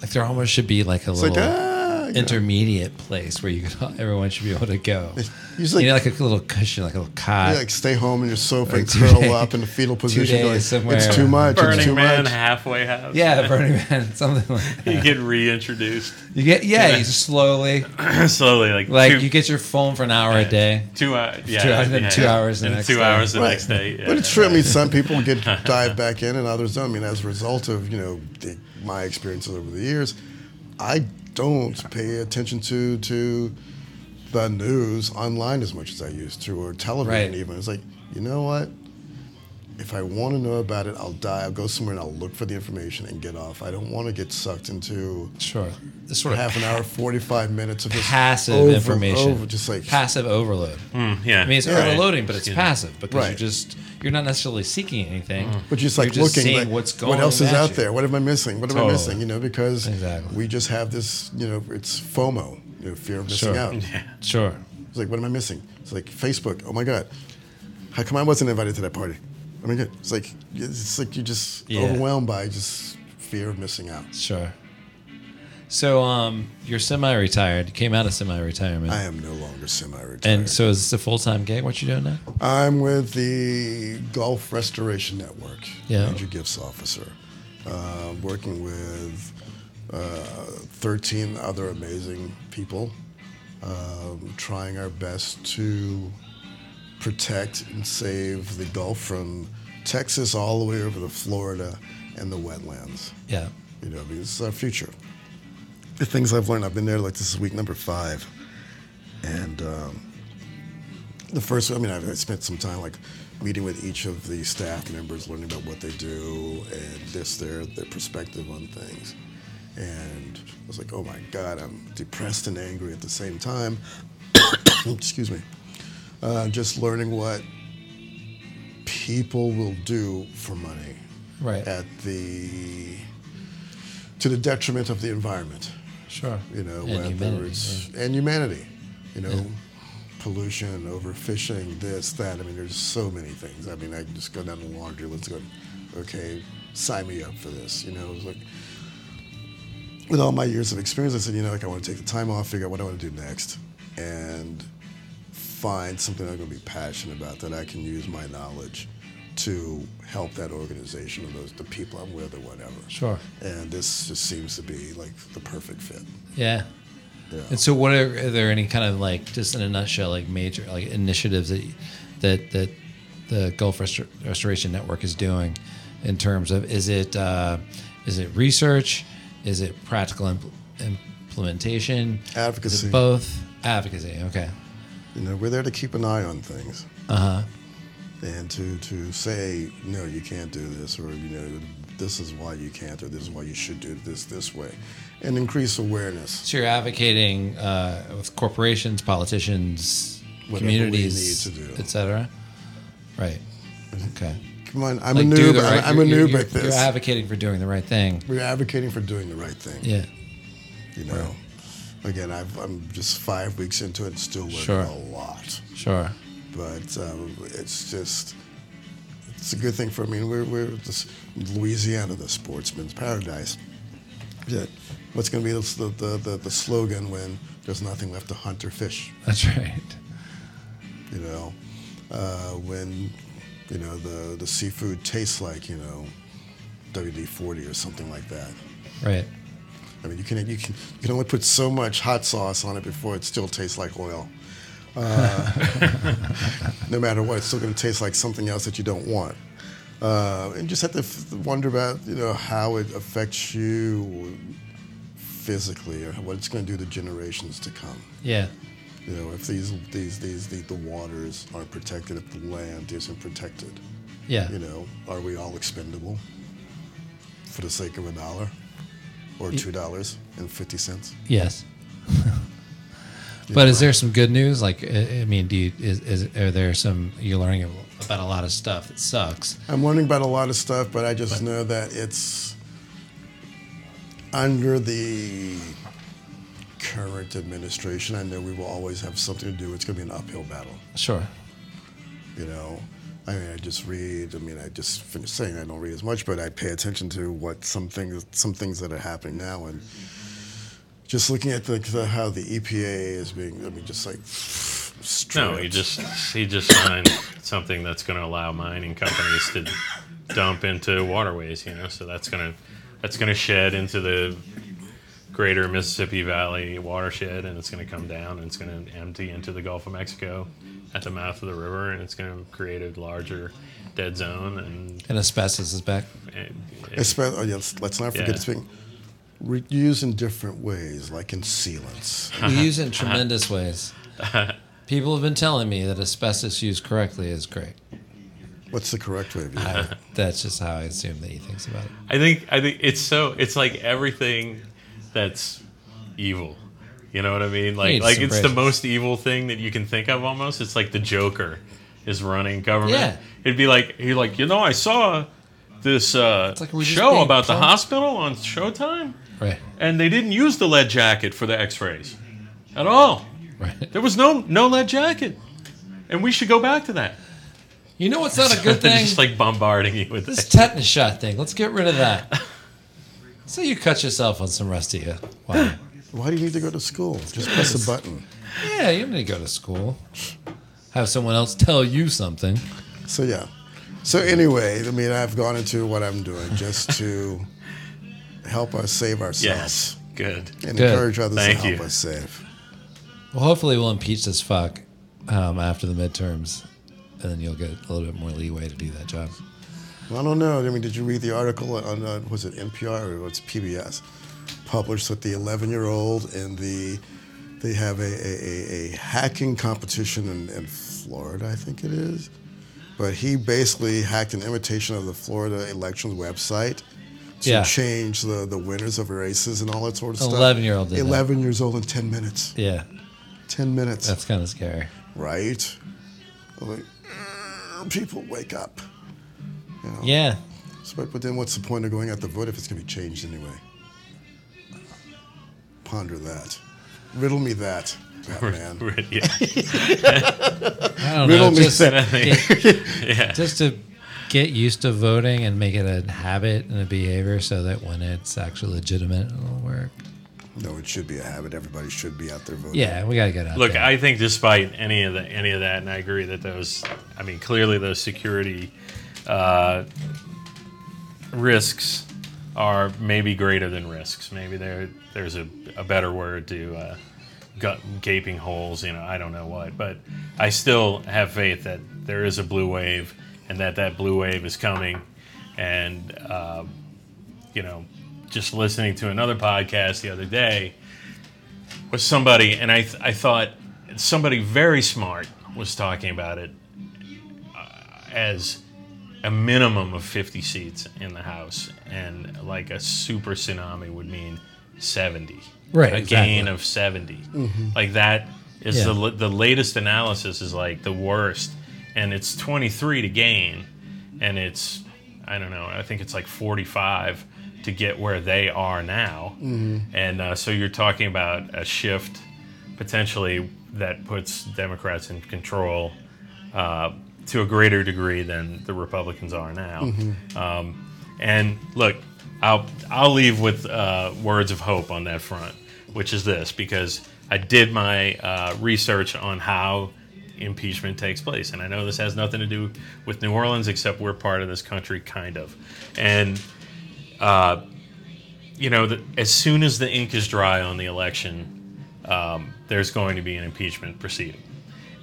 D: like there almost should be like a
C: it's
D: little
C: like, ah, you know.
D: intermediate place where you could, everyone should be able to go.
C: Usually-
D: you know, like a little cushion, like a little cot.
C: Yeah, like stay home in your sofa and
D: two
C: curl
D: days-
C: up in the fetal
D: two
C: position.
D: days
C: going,
D: somewhere.
C: It's too much. it's
B: Burning
C: too
B: Man
C: much.
B: halfway house.
D: yeah, Burning Man, something like that.
B: You get reintroduced
D: You get yeah, you slowly
B: slowly, like
D: like
B: two,
D: you get your phone for an hour a day.
B: two hours. Yeah,
D: two hours, then
B: yeah,
D: two
B: yeah.
D: hours the
B: And
D: next
B: two
D: day.
B: hours the
C: Right.
B: next day. Yeah.
C: But it's true. I mean, some people get dive back in, and others don't. I mean, as a result of you know the, my experiences over the years, I don't pay attention to to the news online as much as I used to, or television
D: Right.
C: even. It's like you know what? If I want to know about it, I'll die. I'll go somewhere and I'll look for the information and get off. I don't want to get sucked into
D: Sure, this sort of
C: half an hour, forty-five minutes of just
D: passive
C: over-
D: information,
C: over, just like
D: passive overload.
B: Mm, yeah.
D: I mean, it's
C: Right.
D: overloading, but it's
B: Excuse me.
D: passive because
C: Right.
D: you're just you're not necessarily seeking anything.
B: Mm.
C: But just
D: You're
C: like
D: just
C: looking,
D: seeing
C: like,
D: what's going.
C: what else is
D: at
C: out
D: you.
C: there? What am I missing? What am I
D: Totally.
C: missing? You know, because
D: Exactly.
C: we just have this, you know, it's FOMO, you know, fear of missing
D: Sure.
C: out.
D: Sure.
C: It's like, what am I missing? It's like Facebook. Oh my god, how come I wasn't invited to that party? Oh my god, it's like it's like you're just
D: Yeah.
C: overwhelmed by just fear of missing out.
D: Sure. So um, you're semi-retired. You came out of semi-retirement.
C: I am no longer semi-retired.
D: And so is this a full time gig? What you doing now?
C: I'm with the Gulf Restoration Network,
D: Yeah.
C: Major Gifts Officer, uh, working with uh, 13 other amazing people, um, trying our best to protect and save the Gulf from Texas all the way over to Florida and the wetlands.
D: Yeah.
C: You know, because it's our future. The things I've learned, I've been there like this is week number five, and um, the first. I mean, I've, I spent some time like meeting with each of the staff members, learning about what they do and this, their their perspective on things. And I was like, oh my god, I'm depressed and angry at the same time. Excuse me. Uh, just learning what people will do for money
D: Right.
C: at the to the detriment of the environment.
D: Sure.
C: You know,
D: And
C: whether
D: humanity,
C: it's and humanity, you know, pollution, overfishing, this, that. I mean, there's so many things. I mean, I can just go down the laundry list. and Go, okay, sign me up for this. You know, it's like with all my years of experience, I said, you know, like I want to take the time off, figure out what I want to do next, and find something I'm going to be passionate about that I can use my knowledge to help that organization or those the people I'm with or whatever.
D: Sure.
C: And this just seems to be like the perfect fit.
D: Yeah.
C: Yeah.
D: And so, what are, are there any kind of like, just in a nutshell, like major like initiatives that that that the Gulf Restor- Restoration Network is doing in terms of is it uh, is it research, is it practical impl- implementation, is
C: Advocacy.
D: it both advocacy? Okay.
C: You know, we're there to keep an eye on things. Uh
D: Uh-huh.
C: huh. And to, to say, no, you can't do this, or, you know, this is why you can't, or this is why you should do this this way, and increase awareness.
D: So you're advocating uh, with corporations, politicians,
C: Whatever we
D: communities,
C: need to do.
D: etc. Right. Okay.
C: Come on, I'm
D: Like,
C: a
D: do
C: noob.
D: the right-
C: I'm, I'm a
D: you're-
C: noob
D: you're-
C: at this.
D: You're advocating for doing the right thing.
C: we're advocating for doing the right thing.
D: Yeah.
C: You know, again, I've, I'm just five weeks into it and still learning
D: Sure.
C: a lot.
D: Sure.
C: But um, it's just, it's a good thing for I mean, we're, we're just Louisiana, the sportsman's paradise. Yeah. What's going to be the, the, the, the slogan when there's nothing left to hunt or fish?
D: That's right.
C: you know, uh, when you know the the seafood tastes like you know WD forty or something like that.
D: Right.
C: I mean, you can you can you can only put so much hot sauce on it before it still tastes like oil. Uh, no matter what, it's still going to taste like something else that you don't want. Uh, and just have to f- wonder about you know how it affects you physically or what it's going to do to generations to come.
D: Yeah.
C: You know, if these these these the, the waters aren't protected, if the land isn't protected,
D: Yeah.
C: you know, are we all expendable for the sake of a dollar or two dollars and fifty cents?
D: Yes. but is there some good news? Like, I I mean, do you, is, is are there some you're learning about a lot of stuff that sucks?
C: I'm learning about a lot of stuff, but I just know that it's under the current administration. I know we will always have something to do. It's going to be an uphill battle,
D: Sure.
C: you know. I mean, I just read. I mean, I just finished saying I don't read as much, but I pay attention to what some things, some things that are happening now, and just looking at the, the how the EPA is being. I mean, just like
B: No, he
C: stripped.
B: just he just signed something that's going to allow mining companies to dump into waterways. You know, so that's going to that's going to shed into the greater Mississippi Valley watershed, and it's going to come down and it's going to empty into the Gulf of Mexico at the mouth of the river, and it's going to create a larger dead zone. And,
D: And asbestos is back.
B: and-
C: Espe- oh, yeah, let's, let's not forget
B: Yeah.
C: it's being reused in different ways, like in sealants.
D: We use it in tremendous ways. People have been telling me that asbestos used correctly is great.
C: What's the correct way of using it?
D: I, that's just how I assume that he thinks about it.
B: I think I think it's so it's like everything that's evil. You know what I mean?
D: You
B: Like
D: need
B: like
D: some
B: it's the
D: brains.
B: most evil thing that you can think of almost. It's like the Joker is running government.
D: Yeah.
B: It'd be like he like, you know, I saw this uh,
D: like we're just
B: show
D: being
B: about the
D: plumbed.
B: hospital on Showtime
D: Right.
B: and they didn't use the lead jacket for the x-rays at all.
D: Right.
B: There was no no lead jacket. And we should go back to that.
D: You know what's not a good
B: They're
D: thing?
B: just like bombarding you with
D: this
B: this.
D: tetanus shot thing. Let's get rid of that. So you cut yourself on some rusty. Wow.
C: Why do you need to go to school? Just press a button.
D: Yeah, you don't need to go to school. Have someone else tell you something.
C: So yeah. So anyway, I mean, I've gone into what I'm doing just to help us save ourselves
B: Yes. Good.
C: and
D: Good.
C: encourage others
B: Thank
C: to help
B: you.
C: us save.
D: Well, hopefully we'll impeach this fuck um, after the midterms, and then you'll get a little bit more leeway to do that job.
C: Well, I don't know. I mean, did you read the article on uh, was it NPR or was it PBS? Published with the 11 year old and the they have a, a, a, a hacking competition in, in Florida, I think it is. But he basically hacked an imitation of the Florida elections website to
D: Yeah.
C: change the, the winners of races and all that sort of stuff.
D: 11-year-old did that.
C: 11 years old in 10 minutes.
D: Yeah,
C: 10 minutes.
D: that's kind of scary.
C: right? I'm like, "Ugh, people wake up.
D: Yeah,
C: So, but, but then what's the point of going out to vote if it's going to be changed anyway? Ponder that. Riddle me that, Batman.
B: yeah.
D: I don't
C: Riddle
D: know.
C: me
D: Uh, Just,
B: that. yeah.
D: just to get used to voting and make it a habit and a behavior, so that when it's actually legitimate, it'll work.
C: No, it should be a habit. Everybody should be out there voting.
D: Yeah, we gotta get out.
B: Look,
D: there.
B: I think despite any of the any of that, and I agree that those, I mean, clearly those security uh, risks are maybe greater than risks. Maybe there there's a, a better word to uh, gut gaping holes. You know, I don't know what, but I still have faith that there is a blue wave, and that that blue wave is coming, and uh, you know, just listening to another podcast the other day was somebody, and I, th- I thought somebody very smart was talking about it uh, as a minimum of 50 seats in the House, and like a super tsunami would mean 70.
D: Right,
B: A
D: exactly.
B: gain of 70. Like that is
D: Yeah.
B: the, la- the latest analysis is like the worst, and it's 23 to gain, and it's, I don't know, I think it's like 45 to get where they are now. And uh, so you're talking about a shift potentially that puts Democrats in control uh, to a greater degree than the Republicans are now. Um, and look, I'll I'll leave with uh, words of hope on that front, which is this because I did my uh, research on how impeachment takes place, and I know this has nothing to do with New Orleans except we're part of this country, kind of, and uh, you know, the, as soon as the ink is dry on the election, um, there's going to be an impeachment proceeding.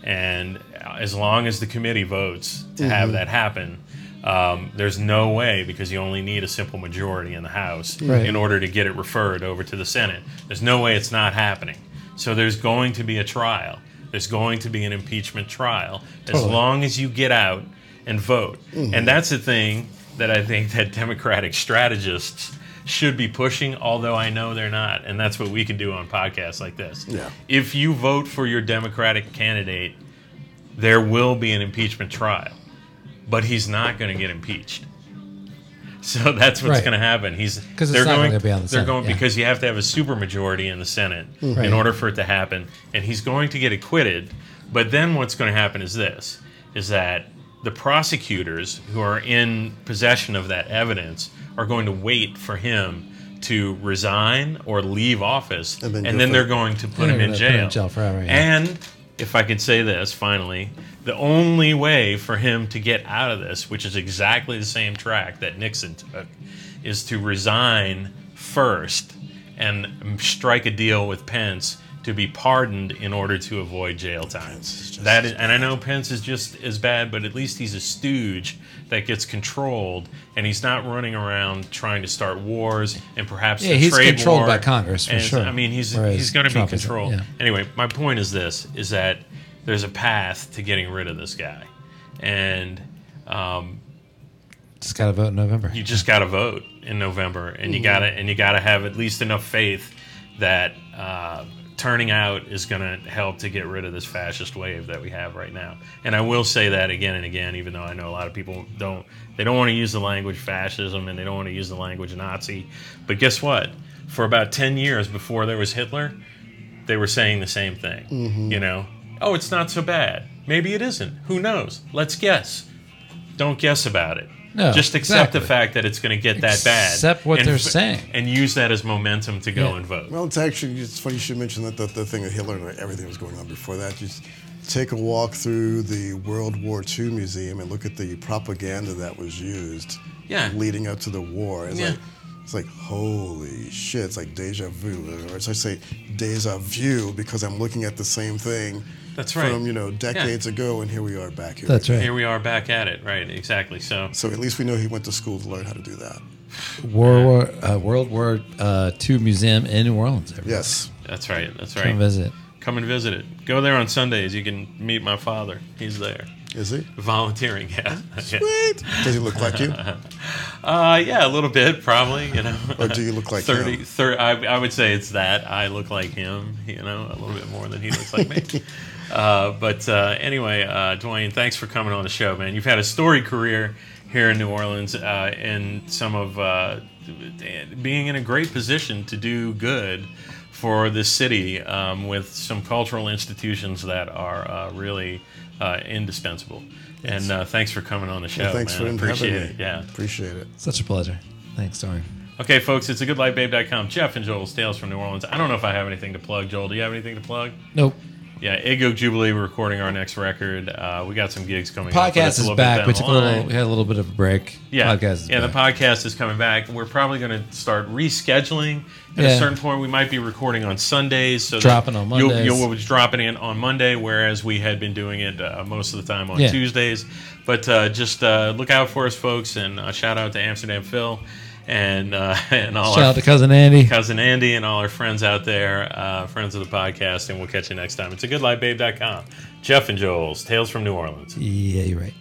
B: And as long as the committee votes to have that happen, um, there's no way because you only need a simple majority in the House
D: Right.
B: in order to get it referred over to the Senate. There's no way it's not happening. So there's going to be a trial. There's going to be an impeachment trial as long as you get out and vote. And that's the thing that I think that Democratic strategists should be pushing, although I know they're not. And that's what we can do on podcasts like this.
C: Yeah.
B: If you vote for your Democratic candidate, there will be an impeachment trial, but he's not going to get impeached. So that's what's
D: Right.
B: going to happen. He's
D: 'Cause it's
B: they're
D: not
B: going
D: gonna be on the
B: they're
D: Senate,
B: going
D: yeah. Mm-hmm.
B: because you have to have a supermajority in the Senate
D: Right.
B: in order for it to happen, and he's going to get acquitted. But then what's going to happen is this: is that the prosecutors who are in possession of that evidence are going to wait for him to resign or leave office,
C: And
B: and then,
C: then go for-
B: they're going to put
D: They're
B: him in
D: gonna put him
B: jail.
D: in jail forever, yeah.
B: And if I could say this finally, the only way for him to get out of this, which is exactly the same track that Nixon took, is to resign first and strike a deal with Pence to be pardoned in order to avoid jail time. That is, and I know Pence is just as bad, but at least he's a stooge that gets controlled, and he's not running around trying to start wars and perhaps
D: Yeah,
B: a
D: he's
B: trade
D: controlled
B: war.
D: by Congress, for
B: And,
D: sure.
B: I mean, he's
D: Whereas
B: he's going to be
D: Trump isn't,
B: controlled.
D: yeah.
B: Anyway, my point is this: is that there's a path to getting rid of this guy, and um,
D: Just got to vote in November.
B: you just got to vote in November, and
D: Mm-hmm.
B: you got to and you got to have at least enough faith that uh, turning out is going to help to get rid of this fascist wave that we have right now. And I will say that again and again, even though I know a lot of people don't they don't want to use the language fascism and they don't want to use the language Nazi, but guess what? For about ten years before there was Hitler, they were saying the same thing. You know, oh, it's not so bad. Maybe it isn't. Who knows? Let's guess. Don't guess about it.
D: No,
B: Just accept
D: exactly.
B: the fact that it's going to get that bad.
D: Accept what they're
B: f-
D: saying.
B: and use that as momentum to go
D: Yeah.
B: and vote.
C: Well, it's actually it's funny you should mention that the, the thing with Hitler and everything that was going on before that. Just take a walk through the World War II museum and look at the propaganda that was used
B: Yeah.
C: leading up to the war. It's
B: Yeah.
C: like it's like holy shit. It's like deja vu, or as I say, deja vu, because I'm looking at the same thing.
B: That's right.
C: From you know decades ago, and here we are back here.
D: That's
B: Here
D: right.
B: we are back at it. Right. Exactly. So
C: So at least we know he went to school to learn how to do that.
D: World War, uh, World War uh, II Museum in New Orleans. everybody.
C: Yes.
B: that's right. That's
D: Come
B: right.
D: visit.
B: Come and visit it. Go there on Sundays. You can meet my father. He's there
C: Is he?
B: volunteering. Yeah.
C: Sweet. Does he look like you?
B: Uh, yeah, a little bit, probably. You know.
C: Or do you look like
B: 30,
C: him?
B: 30 I, I would say it's that I look like him, you know, a little bit more than he looks like me. uh, but uh, anyway, uh, Dwayne, thanks for coming on the show, man. You've had a storied career here in New Orleans, uh, and some of uh, being in a great position to do good for this city um, with some cultural institutions that are uh, really uh, indispensable. And uh, thanks for coming on the show.
C: Thanks
B: man.
C: for
B: I
C: having
B: appreciate
C: me.
B: it. Yeah.
C: Appreciate it.
D: Such a pleasure. Thanks, Dorian.
B: Okay, folks, it's a goodlightbabe.com. Jeff and Joel's Tales from New Orleans. I don't know if I have anything to plug. Joel, do you have anything to plug?
D: Nope.
B: Yeah, Iggo Jubilee, we're recording our next record. Uh, we got some gigs coming up. but that's
D: Podcast
B: a
D: is
B: little bit
D: back.
B: down
D: We
B: the
D: took a little.
B: line.
D: We had a little bit of a break.
B: Yeah,
D: Podcast is
B: yeah
D: back.
B: the podcast is coming back. We're probably going to start rescheduling. At a
D: Yeah.
B: certain point, we might be recording on Sundays. So that
D: Dropping on
B: you'll-
D: Mondays.
B: You'll, we'll drop it in on Monday, whereas we had been doing it uh, most of the time on
D: Yeah.
B: Tuesdays. But uh, just uh, look out for us, folks, and uh, shout out to Amsterdam Phil and uh, and all
D: Shout
B: our
D: out to cousin Andy.
B: cousin Andy and all our friends out there, uh, friends of the podcast, and we'll catch you next time. It's a goodlightbabe.com. Jeff and Joel's Tales from New Orleans.
D: Yeah, you're right.